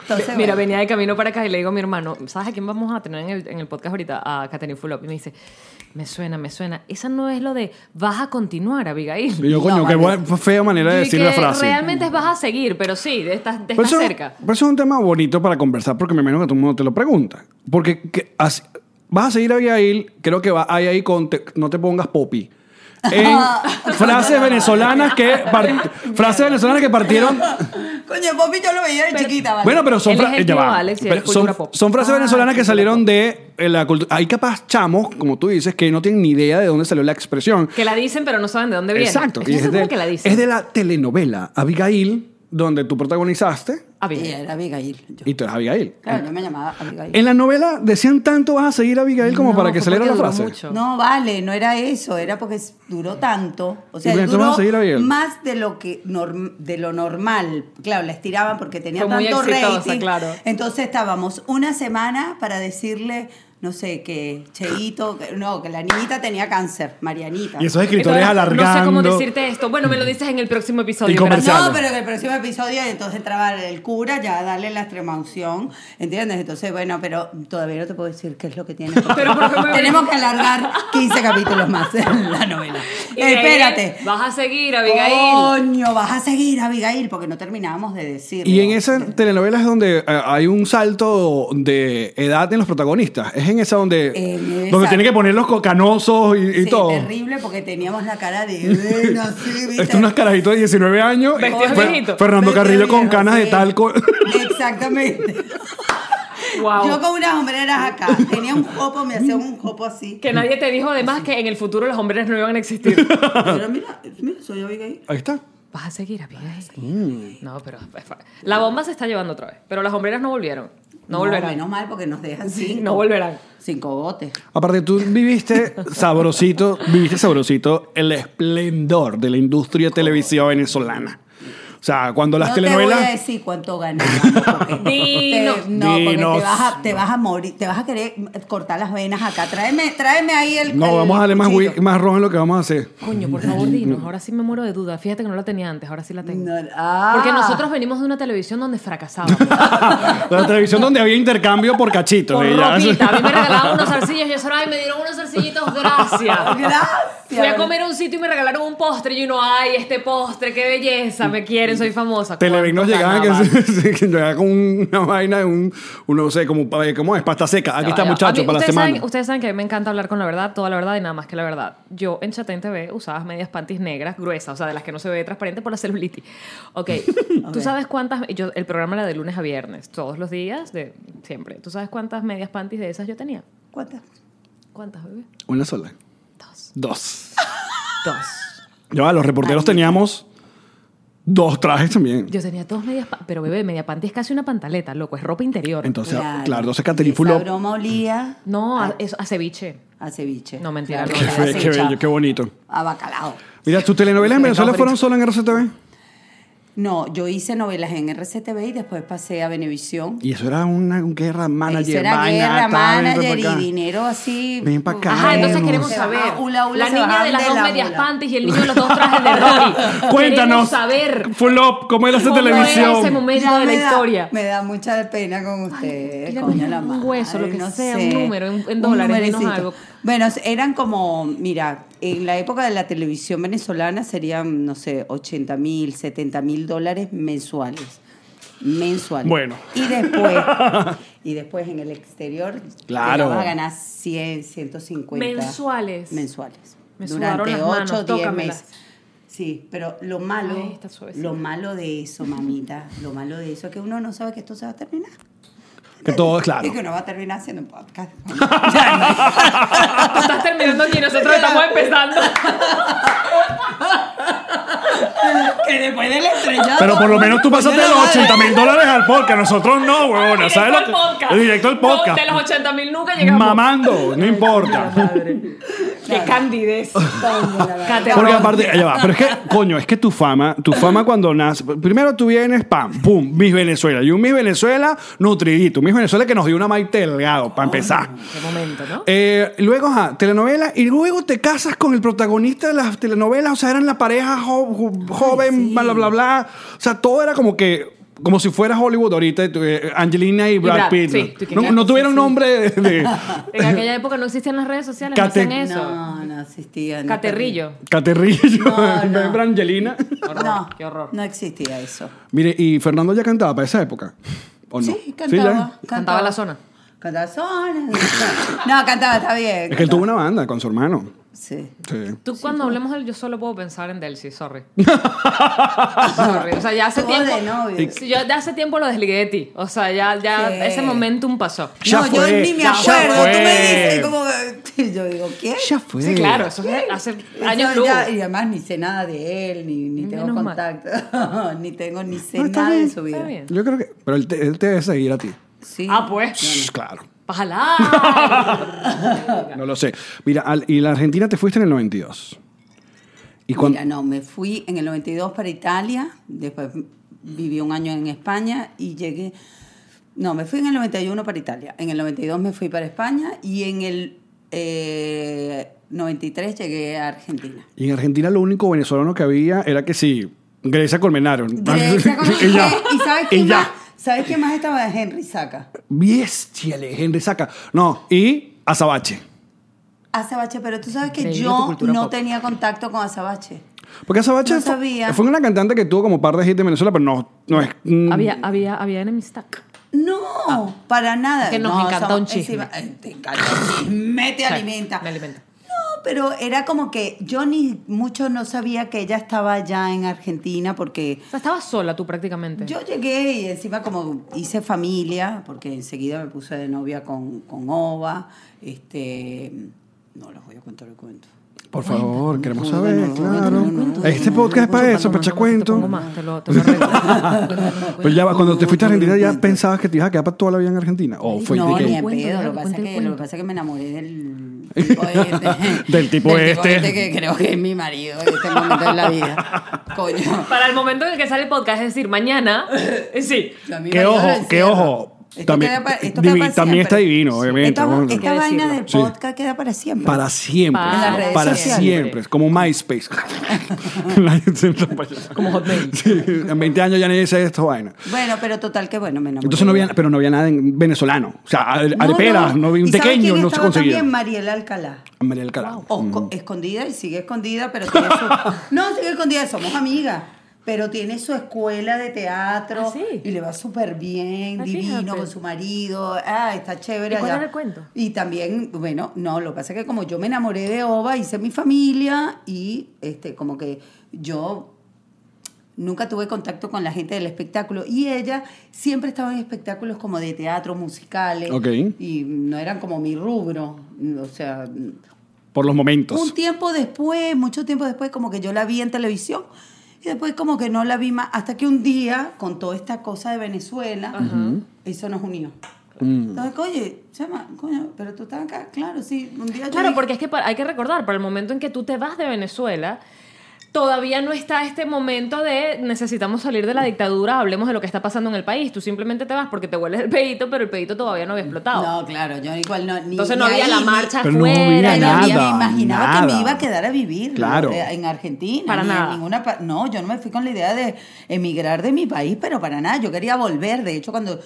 [SPEAKER 3] Entonces,
[SPEAKER 2] Mira,
[SPEAKER 3] bueno.
[SPEAKER 2] venía de camino para acá y le digo a mi hermano, ¿sabes a quién vamos a tener en el, en el podcast ahorita? A Katherine Fulop. Y me dice, me suena, me suena. Esa no es lo de vas a continuar, Abigail.
[SPEAKER 1] Y yo, coño,
[SPEAKER 3] No,
[SPEAKER 1] qué
[SPEAKER 3] vale.
[SPEAKER 1] buena, fea manera de
[SPEAKER 2] Y
[SPEAKER 1] decir
[SPEAKER 2] que
[SPEAKER 1] la frase.
[SPEAKER 2] Realmente vas a seguir, pero sí, de- estás, de-
[SPEAKER 1] Pero
[SPEAKER 2] estás
[SPEAKER 1] eso-
[SPEAKER 2] cerca.
[SPEAKER 1] Pero eso es un tema bonito para conversar porque me imagino que todo el mundo te lo pregunta. Porque que- as- vas a seguir a Abigail, creo que va ahí, ahí con te- no te pongas popi. En frases venezolanas que par- frases venezolanas que partieron
[SPEAKER 3] Coño, Popi, yo lo veía de chiquita, ¿vale?
[SPEAKER 1] bueno pero son
[SPEAKER 2] El
[SPEAKER 1] fra- ya
[SPEAKER 2] ejemplo,
[SPEAKER 1] va.
[SPEAKER 2] Alex, sí,
[SPEAKER 1] Pero
[SPEAKER 2] es
[SPEAKER 1] son,
[SPEAKER 2] cultura pop.
[SPEAKER 1] son frases
[SPEAKER 2] Ah,
[SPEAKER 1] venezolanas que
[SPEAKER 2] cultura
[SPEAKER 1] salieron de eh, la cultura hay capaz chamos como tú dices que no tienen ni idea de dónde salió la expresión
[SPEAKER 2] Que la dicen, pero no saben de dónde viene.
[SPEAKER 1] Exacto.
[SPEAKER 2] Estoy
[SPEAKER 1] y es,
[SPEAKER 2] segura
[SPEAKER 1] de,
[SPEAKER 2] que la dicen.
[SPEAKER 1] es de la telenovela Abigail donde tú protagonizaste
[SPEAKER 2] Abigail.
[SPEAKER 3] Y era Abigail. Yo.
[SPEAKER 1] y tú eres Abigail.
[SPEAKER 3] Claro, yo me llamaba Abigail.
[SPEAKER 1] En la novela decían tanto vas a seguir a Abigail como
[SPEAKER 2] No,
[SPEAKER 1] para que
[SPEAKER 2] fue
[SPEAKER 1] se leyera la
[SPEAKER 2] porque duró
[SPEAKER 1] frase.
[SPEAKER 2] mucho.
[SPEAKER 3] No, vale, no era eso, era porque s- duró tanto. O sea,
[SPEAKER 1] Y
[SPEAKER 3] él
[SPEAKER 1] entonces vamos a
[SPEAKER 3] duró
[SPEAKER 1] seguir, Abigail.
[SPEAKER 3] más de lo que norm- de lo normal. Claro, la estiraban porque tenía
[SPEAKER 2] Fue muy
[SPEAKER 3] tanto
[SPEAKER 2] exitosa,
[SPEAKER 3] rating.
[SPEAKER 2] claro.
[SPEAKER 3] Entonces estábamos una semana para decirle, no sé, que Cheito, que- no, que la niñita tenía cáncer, Marianita.
[SPEAKER 1] Y esos escritores
[SPEAKER 2] Entonces,
[SPEAKER 1] alargando.
[SPEAKER 2] No sé cómo decirte esto. Bueno, me lo dices en el próximo
[SPEAKER 1] Y
[SPEAKER 2] episodio. gracias.
[SPEAKER 1] comercial.
[SPEAKER 3] No, pero en el próximo episodio entonces entraba el cura ya a darle la extrema unción, ¿entiendes? Entonces, bueno, pero todavía no te puedo decir qué es lo que tiene.
[SPEAKER 2] Pero, ¿por qué me-
[SPEAKER 3] Tenemos que alargar 15 capítulos más en la novela.
[SPEAKER 2] Y de ahí,
[SPEAKER 3] Espérate. Oh,
[SPEAKER 2] Vas a seguir, Abigail.
[SPEAKER 3] Coño, vas a seguir, Abigail, porque no terminábamos de decir.
[SPEAKER 1] Y en esa telenovela es donde eh, hay un salto de edad en los protagonistas. Es en esa donde,
[SPEAKER 3] En
[SPEAKER 1] donde
[SPEAKER 3] esa.
[SPEAKER 1] tienen que poner los co- canosos y, y
[SPEAKER 3] Sí,
[SPEAKER 1] todo.
[SPEAKER 3] terrible porque teníamos la cara de. "Ven, así, ¿viste?".
[SPEAKER 1] Esto unos carajitos de 19 años.
[SPEAKER 2] Vestidos de
[SPEAKER 1] Fer-
[SPEAKER 2] viejito.
[SPEAKER 1] Fernando
[SPEAKER 3] Vete,
[SPEAKER 1] Carrillo con
[SPEAKER 3] viejo,
[SPEAKER 1] canas de
[SPEAKER 3] sí.
[SPEAKER 1] talco.
[SPEAKER 3] Exactamente.
[SPEAKER 2] Wow.
[SPEAKER 3] Yo con unas hombreras acá. Tenía un copo, me hacía un copo así.
[SPEAKER 2] Que nadie te dijo además que en el futuro los hombres no iban a existir.
[SPEAKER 3] Pero mira, mira, soy Abigail.
[SPEAKER 1] Ahí está.
[SPEAKER 2] Vas a seguir, Abigail. No, pero pues, la bomba se está llevando otra vez. Pero las hombreras no volvieron. No, volverán.
[SPEAKER 3] Menos mal porque nos dejan cinco.
[SPEAKER 2] No volverán.
[SPEAKER 3] Cinco botes.
[SPEAKER 1] Aparte, tú viviste sabrosito, viviste sabrosito el esplendor de la industria televisiva venezolana. O sea, cuando las
[SPEAKER 3] no
[SPEAKER 1] telenovelas.
[SPEAKER 3] te voy a decir cuánto ganábamos. porque
[SPEAKER 2] Dinos.
[SPEAKER 3] te- no, porque te
[SPEAKER 1] Dinos.
[SPEAKER 3] vas, a, te vas a morir, te vas a querer cortar las venas acá. Tráeme, tráeme ahí el.
[SPEAKER 1] No,
[SPEAKER 3] el
[SPEAKER 1] vamos a darle más,
[SPEAKER 3] cuchillo.
[SPEAKER 1] whi- más rojo en lo que vamos a hacer.
[SPEAKER 2] Coño, por favor, dinos. Ahora sí me muero de duda. Fíjate que no la tenía antes, ahora sí la tengo.
[SPEAKER 3] No, ah.
[SPEAKER 2] Porque nosotros venimos de una televisión donde fracasábamos.
[SPEAKER 1] La televisión donde había intercambio por cachitos.
[SPEAKER 2] Por
[SPEAKER 1] y ya.
[SPEAKER 2] ropita. A mí me regalaban unos zarcillos. Yo solo, ay, me dieron unos zarcillitos, gracias.
[SPEAKER 3] Gracias.
[SPEAKER 2] Fui a comer a un sitio y me regalaron un postre. Y uno, ay, este postre, qué belleza. Me quieren, soy famosa.
[SPEAKER 1] Televen nos
[SPEAKER 2] ¿Cuánto
[SPEAKER 1] llegaba que,
[SPEAKER 2] ganaba?
[SPEAKER 1] que llegaba con una vaina, de un, un- no sé, como, eh, ¿cómo es? Pasta seca. Aquí
[SPEAKER 2] Ya
[SPEAKER 1] está,
[SPEAKER 2] va, ya va.
[SPEAKER 1] muchacho,
[SPEAKER 2] A mí-
[SPEAKER 1] para la
[SPEAKER 2] ustedes
[SPEAKER 1] semana.
[SPEAKER 2] Saben, ustedes saben que a mí me encanta hablar con la verdad, toda la verdad y nada más que la verdad. Yo en Chatén TV usabas medias panties negras, gruesas, o sea, de las que no se ve transparente por la celulitis. Ok, tú sabes cuántas... Yo, el programa era de lunes a viernes, todos los días, de siempre. ¿Tú sabes cuántas medias panties de esas yo tenía?
[SPEAKER 3] ¿Cuántas?
[SPEAKER 2] ¿Cuántas, bebé?
[SPEAKER 1] Una sola.
[SPEAKER 2] Dos.
[SPEAKER 1] Dos.
[SPEAKER 2] Dos.
[SPEAKER 1] Ya va, los reporteros teníamos dos trajes también.
[SPEAKER 2] Yo tenía dos medias... pa- Pero, bebé, media panty es casi una pantaleta, loco, es ropa interior.
[SPEAKER 1] Entonces, Ah. claro, entonces
[SPEAKER 3] Esa
[SPEAKER 1] Catherine Fulop.
[SPEAKER 3] broma olía
[SPEAKER 2] no, a, eso- a ceviche.
[SPEAKER 3] a ceviche.
[SPEAKER 2] No, mentira,
[SPEAKER 3] Claro,
[SPEAKER 1] Qué,
[SPEAKER 2] no,
[SPEAKER 3] olía a
[SPEAKER 1] fe- qué
[SPEAKER 3] ceviche,
[SPEAKER 1] bello, qué bonito.
[SPEAKER 3] A bacalao.
[SPEAKER 1] Mira, ¿tus telenovelas en
[SPEAKER 2] Me
[SPEAKER 1] Venezuela
[SPEAKER 2] cago
[SPEAKER 1] fueron
[SPEAKER 2] en
[SPEAKER 1] solo en RCTV?
[SPEAKER 3] No, yo hice novelas en RCTV y después pasé a Venevisión.
[SPEAKER 1] Y eso era una un guerra
[SPEAKER 3] Eso
[SPEAKER 1] manager,
[SPEAKER 3] era
[SPEAKER 1] vaina,
[SPEAKER 3] guerra,
[SPEAKER 1] tal, ven
[SPEAKER 3] manager
[SPEAKER 1] pa'
[SPEAKER 3] y
[SPEAKER 1] acá.
[SPEAKER 3] dinero así.
[SPEAKER 1] Ven pa' acá.
[SPEAKER 2] Ajá, entonces queremos
[SPEAKER 3] Se bajaba
[SPEAKER 2] saber.
[SPEAKER 3] hula, hula,
[SPEAKER 2] la
[SPEAKER 3] se
[SPEAKER 2] niña
[SPEAKER 3] bajaban
[SPEAKER 2] de las dos
[SPEAKER 3] la
[SPEAKER 2] medias
[SPEAKER 3] hula.
[SPEAKER 2] panties y el niño de los dos trajes de Rory. Queremos
[SPEAKER 1] Cuéntanos.
[SPEAKER 2] saber
[SPEAKER 1] Fulop, ¿cómo era esa
[SPEAKER 2] cómo era ese
[SPEAKER 1] televisión?
[SPEAKER 2] momento
[SPEAKER 3] Ya
[SPEAKER 2] de la
[SPEAKER 3] me da-
[SPEAKER 2] historia.
[SPEAKER 3] Me da mucha pena con ustedes.
[SPEAKER 2] pídame
[SPEAKER 3] coño, la
[SPEAKER 2] un
[SPEAKER 3] madre,
[SPEAKER 2] hueso, lo que
[SPEAKER 3] no
[SPEAKER 2] sea, un
[SPEAKER 3] sé.
[SPEAKER 2] número, en- en dólares, dinos
[SPEAKER 3] numericito.
[SPEAKER 2] algo.
[SPEAKER 3] Bueno, eran como, mira, en la época de la televisión venezolana serían, no sé, 80 mil, 70 mil dólares mensuales. Mensuales.
[SPEAKER 1] Bueno.
[SPEAKER 3] Y después, y después en el exterior,
[SPEAKER 1] Claro.
[SPEAKER 3] vas a ganar 100, 150.
[SPEAKER 2] Mensuales.
[SPEAKER 3] Mensuales.
[SPEAKER 2] Me sudaron
[SPEAKER 3] Durante
[SPEAKER 2] las manos,
[SPEAKER 3] 8, 10
[SPEAKER 2] tócamelas.
[SPEAKER 3] meses. Sí, pero lo malo,
[SPEAKER 2] Ay, está suavecito.
[SPEAKER 3] lo malo de eso, mamita, lo malo de eso es que uno no sabe que esto se va a terminar.
[SPEAKER 1] Que todo, claro.
[SPEAKER 3] Y que uno va a terminar haciendo un podcast.
[SPEAKER 2] Ah, Tú estás terminando aquí, nosotros estamos empezando.
[SPEAKER 3] que después del estrellado.
[SPEAKER 1] Pero por lo menos tú
[SPEAKER 2] Pues
[SPEAKER 1] pasaste
[SPEAKER 3] Coño,
[SPEAKER 1] los
[SPEAKER 3] la
[SPEAKER 1] 80 mil dólares al podcast. Nosotros no, huevona.
[SPEAKER 2] Directo
[SPEAKER 1] ¿Sabes
[SPEAKER 2] al
[SPEAKER 1] lo que? Directo al podcast.
[SPEAKER 2] No, de los 80 mil nunca llegamos.
[SPEAKER 1] Mamando, no importa.
[SPEAKER 2] Madre. Qué candidez.
[SPEAKER 3] madre.
[SPEAKER 2] Cate-
[SPEAKER 1] Porque aparte, ya va, pero es que, coño, es que tu fama, tu fama cuando nace, primero tú vienes, pam, pum, Miss Venezuela. Y un Miss Venezuela nutridito, un Miss Venezuela que nos dio una Maite Delgado, para empezar.
[SPEAKER 2] Qué momento, ¿no?
[SPEAKER 1] Eh, luego, ajá, telenovela, y luego te casas con el protagonista de las telenovelas, o sea, eran la pareja jo- jo- joven, bla, bla, bla, bla. O sea, todo era como que, como si fuera Hollywood ahorita, eh, Angelina y Brad,
[SPEAKER 2] Brad,
[SPEAKER 1] Pitt.
[SPEAKER 2] sí, tú que
[SPEAKER 1] no,
[SPEAKER 2] ya-
[SPEAKER 1] no
[SPEAKER 2] sí,
[SPEAKER 1] tuvieron
[SPEAKER 2] sí.
[SPEAKER 1] nombre de... de-
[SPEAKER 2] En aquella época no existían las redes sociales,
[SPEAKER 1] Eh, Cate-
[SPEAKER 2] no hacían eso.
[SPEAKER 3] No, no existía. no
[SPEAKER 2] Caterrillo.
[SPEAKER 1] Caterrillo,
[SPEAKER 3] No,
[SPEAKER 1] en vez de
[SPEAKER 3] no.
[SPEAKER 1] Brangelina.
[SPEAKER 3] existía.
[SPEAKER 2] Horror,
[SPEAKER 3] No,
[SPEAKER 2] qué horror.
[SPEAKER 3] No existía eso.
[SPEAKER 1] Mire, y Fernando ya cantaba para esa época. ¿O no?
[SPEAKER 3] Sí, cantaba.
[SPEAKER 1] ya.
[SPEAKER 2] Cantaba la zona.
[SPEAKER 3] Cantaba zona. No, cantaba, está bien.
[SPEAKER 1] Es que él tuvo una banda con su hermano.
[SPEAKER 3] Sí.
[SPEAKER 1] Sí.
[SPEAKER 2] Tú cuando hablemos del yo solo puedo pensar en Delcy, sorry. sorry. O sea, ya hace
[SPEAKER 3] Estuvo
[SPEAKER 2] tiempo.
[SPEAKER 3] de novio.
[SPEAKER 2] Sí, yo de hace tiempo lo desligué de ti. O sea, ya, ya
[SPEAKER 3] Sí.
[SPEAKER 2] ese momentum pasó.
[SPEAKER 1] Ya
[SPEAKER 3] no,
[SPEAKER 1] fue,
[SPEAKER 3] yo ni me
[SPEAKER 1] ya
[SPEAKER 3] acuerdo. Tú me
[SPEAKER 1] fue.
[SPEAKER 3] dices como. Yo digo, ¿quién?
[SPEAKER 1] ya fue.
[SPEAKER 2] Sí, claro, eso es hace años
[SPEAKER 3] Eso
[SPEAKER 2] luz.
[SPEAKER 3] ya- y además ni sé nada de él, ni, ni tengo
[SPEAKER 2] Menos mal.
[SPEAKER 3] contacto, ni tengo ni sé
[SPEAKER 1] No, está
[SPEAKER 3] nada de
[SPEAKER 1] bien,
[SPEAKER 3] su vida.
[SPEAKER 2] está bien.
[SPEAKER 1] Yo creo que. Pero él te, él te debe seguir a ti.
[SPEAKER 3] Sí.
[SPEAKER 2] Ah, pues.
[SPEAKER 1] Shh, Claro.
[SPEAKER 2] Ojalá.
[SPEAKER 1] No lo sé. Mira, al- y la Argentina te fuiste en el 92. Y cuando.
[SPEAKER 3] Mira, no, me fui en el 92 para Italia, después viví un año en España y llegué... No, me fui en el 91 para Italia, en el 92 me fui para España y en el eh, 93 llegué a Argentina.
[SPEAKER 1] Y en Argentina lo único venezolano que había era que sí, Grecia Colmenaron.
[SPEAKER 3] Grecia con-
[SPEAKER 1] y ya.
[SPEAKER 3] ¿Y sabes
[SPEAKER 1] Y
[SPEAKER 3] quién
[SPEAKER 1] ya.
[SPEAKER 3] más? ¿Sabes quién más estaba? Henry Saca.
[SPEAKER 1] Bestiale, Henry Saca. No, y Azabache.
[SPEAKER 3] Azabache, pero tú sabes que
[SPEAKER 2] Increíble tu
[SPEAKER 3] yo
[SPEAKER 2] cultura
[SPEAKER 3] no
[SPEAKER 2] pop.
[SPEAKER 3] tenía contacto con Azabache.
[SPEAKER 1] Porque Azabache
[SPEAKER 3] No
[SPEAKER 1] fue-
[SPEAKER 3] sabía.
[SPEAKER 1] fue una cantante que tuvo como par de hits en Venezuela, pero no, no es. mm,
[SPEAKER 2] había, había, había enemistad.
[SPEAKER 3] No, para nada.
[SPEAKER 2] Ah. Es que nos
[SPEAKER 3] No,
[SPEAKER 2] encanta
[SPEAKER 3] somos-
[SPEAKER 2] un chisme.
[SPEAKER 3] encima- eh, te encanta un chisme, te
[SPEAKER 2] Sí,
[SPEAKER 3] alimenta.
[SPEAKER 2] Me alimenta.
[SPEAKER 3] No, pero era como que yo ni mucho no sabía que ella estaba allá en Argentina porque
[SPEAKER 2] O sea, estabas sola tú prácticamente.
[SPEAKER 3] yo llegué y encima como hice familia, porque enseguida me puse de novia con, con Ova. Este, no les voy a contar el cuento.
[SPEAKER 1] Por favor, queremos
[SPEAKER 3] No,
[SPEAKER 1] saber,
[SPEAKER 3] no, no,
[SPEAKER 1] claro.
[SPEAKER 3] no, no, no, no,
[SPEAKER 1] este
[SPEAKER 3] no,
[SPEAKER 1] podcast es
[SPEAKER 2] Cuando-
[SPEAKER 1] para eso,
[SPEAKER 2] cuando
[SPEAKER 1] para echar
[SPEAKER 2] más, cuando
[SPEAKER 1] cuento.
[SPEAKER 2] Te pongo más, te lo, te lo arreglo.
[SPEAKER 1] Pero ya va, cuando te fuiste a Argentina, ¿ya
[SPEAKER 3] Cuento.
[SPEAKER 1] pensabas que te ibas a quedar para toda la vida en Argentina? ¿O fue
[SPEAKER 3] no,
[SPEAKER 1] de que-
[SPEAKER 3] ni en
[SPEAKER 2] Cuento,
[SPEAKER 3] pedo.
[SPEAKER 2] déjalo,
[SPEAKER 3] Lo que, pasa
[SPEAKER 2] cuenta el
[SPEAKER 3] que, lo que
[SPEAKER 2] cuento.
[SPEAKER 3] pasa es que me enamoré del tipo este.
[SPEAKER 1] Del tipo este.
[SPEAKER 3] que creo que es mi marido en este momento de la vida. Coño.
[SPEAKER 2] Para el momento en el que sale el podcast, es decir, mañana. eh, Sí.
[SPEAKER 3] Yo a mi
[SPEAKER 1] Que
[SPEAKER 3] marido
[SPEAKER 1] ojo,
[SPEAKER 3] lo
[SPEAKER 1] que
[SPEAKER 3] encierro.
[SPEAKER 1] ojo.
[SPEAKER 3] Esto
[SPEAKER 1] También-
[SPEAKER 3] queda pa- esto
[SPEAKER 1] divi-
[SPEAKER 3] queda para
[SPEAKER 1] también está
[SPEAKER 3] siempre.
[SPEAKER 1] divino, obviamente,
[SPEAKER 3] Esta,
[SPEAKER 1] vamos a-
[SPEAKER 3] esta
[SPEAKER 2] Hay que
[SPEAKER 3] vaina del
[SPEAKER 1] decirlo. Sí.
[SPEAKER 3] podcast queda para siempre.
[SPEAKER 1] Para siempre.
[SPEAKER 2] Para- En
[SPEAKER 3] las redes
[SPEAKER 1] para
[SPEAKER 3] sociales.
[SPEAKER 1] siempre. Como MySpace. La gente se para allá.
[SPEAKER 2] Como Hotmail.
[SPEAKER 1] Sí, en 20 años ya nadie dice esto, vaina.
[SPEAKER 3] Bueno, pero total que bueno, me enamoré.
[SPEAKER 1] Entonces no había, pero no había nada en venezolano. O sea, al-
[SPEAKER 3] No,
[SPEAKER 1] areperas, no, había un
[SPEAKER 3] ¿Y sabes
[SPEAKER 1] pequeño,
[SPEAKER 3] quién
[SPEAKER 1] no se
[SPEAKER 3] estaba
[SPEAKER 1] conseguía.
[SPEAKER 3] también Oh. Mariela Alcalá.
[SPEAKER 1] María del Carajo.
[SPEAKER 3] O co- escondida y sigue escondida, pero tiene su... No, sigue escondida, somos amigas. Pero tiene su escuela de teatro
[SPEAKER 2] Ah, sí.
[SPEAKER 3] y le va súper bien,
[SPEAKER 2] Ah,
[SPEAKER 3] divino,
[SPEAKER 2] fíjate.
[SPEAKER 3] con su marido. Ah, está chévere.
[SPEAKER 2] ¿Y cuál
[SPEAKER 3] allá.
[SPEAKER 2] era el cuento?
[SPEAKER 3] Y también, bueno, no, lo que pasa es que como yo me enamoré de Ova, hice mi familia y este como que yo nunca tuve contacto con la gente del espectáculo y ella siempre estaba en espectáculos como de teatro, musicales
[SPEAKER 1] Ok.
[SPEAKER 3] y no eran como mi rubro, o sea,
[SPEAKER 1] Por los momentos.
[SPEAKER 3] un tiempo después, mucho tiempo después, como que yo la vi en televisión y después como que no la vi más, hasta que un día, con toda esta cosa de Venezuela, eso nos unió. Entonces, oye, chama, coño, pero tú estabas acá, claro, sí, un día yo
[SPEAKER 2] Claro,
[SPEAKER 3] dije,
[SPEAKER 2] porque es que para- hay que recordar, para el momento en que tú te vas de Venezuela, todavía no está este momento de necesitamos salir de la dictadura, hablemos de lo que está pasando en el país. Tú simplemente te vas porque te hueles el pedito, pero el pedito todavía no había explotado.
[SPEAKER 3] No, claro, yo igual no. ni-
[SPEAKER 2] Entonces no
[SPEAKER 3] ni
[SPEAKER 2] había
[SPEAKER 3] ahí,
[SPEAKER 2] la
[SPEAKER 3] ni-
[SPEAKER 2] marcha
[SPEAKER 1] Pero no
[SPEAKER 2] afuera.
[SPEAKER 1] había
[SPEAKER 2] ni-
[SPEAKER 3] Pero
[SPEAKER 1] nada.
[SPEAKER 3] ni me imaginaba que
[SPEAKER 1] nada.
[SPEAKER 3] me iba a quedar a vivir
[SPEAKER 1] Claro.
[SPEAKER 3] eh, en Argentina.
[SPEAKER 2] Para
[SPEAKER 3] ni en
[SPEAKER 2] nada.
[SPEAKER 3] ninguna pa- no, yo no me fui con la idea de emigrar de mi país, pero para nada. Yo quería volver. De hecho, cuando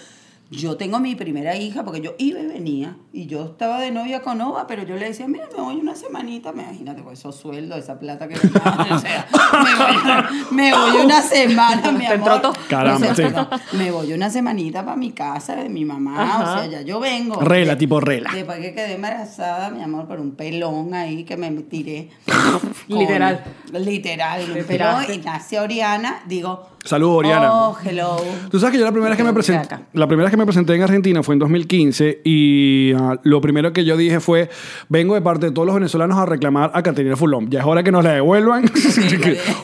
[SPEAKER 3] yo tengo mi primera hija, porque yo iba y venía, y yo estaba de novia con Ova, pero yo le decía, mira, me voy una semanita, me imagínate, con esos sueldos, esa plata que me daban, o sea, me voy, me voy una semana, mi
[SPEAKER 2] Te entró
[SPEAKER 3] amor.
[SPEAKER 2] todo.
[SPEAKER 1] Caramba,
[SPEAKER 3] O sea,
[SPEAKER 1] sí.
[SPEAKER 3] Me voy una semanita para mi casa de mi mamá, o
[SPEAKER 2] Ajá.
[SPEAKER 3] sea, ya yo vengo.
[SPEAKER 1] Rela, tipo rela.
[SPEAKER 3] Después que quedé embarazada, mi amor, por un pelón ahí que me tiré.
[SPEAKER 2] Literal.
[SPEAKER 3] Literal, un
[SPEAKER 2] Te
[SPEAKER 3] pelón.
[SPEAKER 2] tiraste.
[SPEAKER 3] Y nace Oriana, digo.
[SPEAKER 1] Saludos, Oriana.
[SPEAKER 3] Oh, hello.
[SPEAKER 1] Tú sabes que yo la primera vez que me
[SPEAKER 3] Mira
[SPEAKER 1] presenté,
[SPEAKER 3] acá.
[SPEAKER 1] la primera vez que me presenté en Argentina fue en 2015 y ah, lo primero que yo dije fue, vengo de parte de todos los venezolanos a reclamar a Caterina Fulón. Ya es hora que nos la devuelvan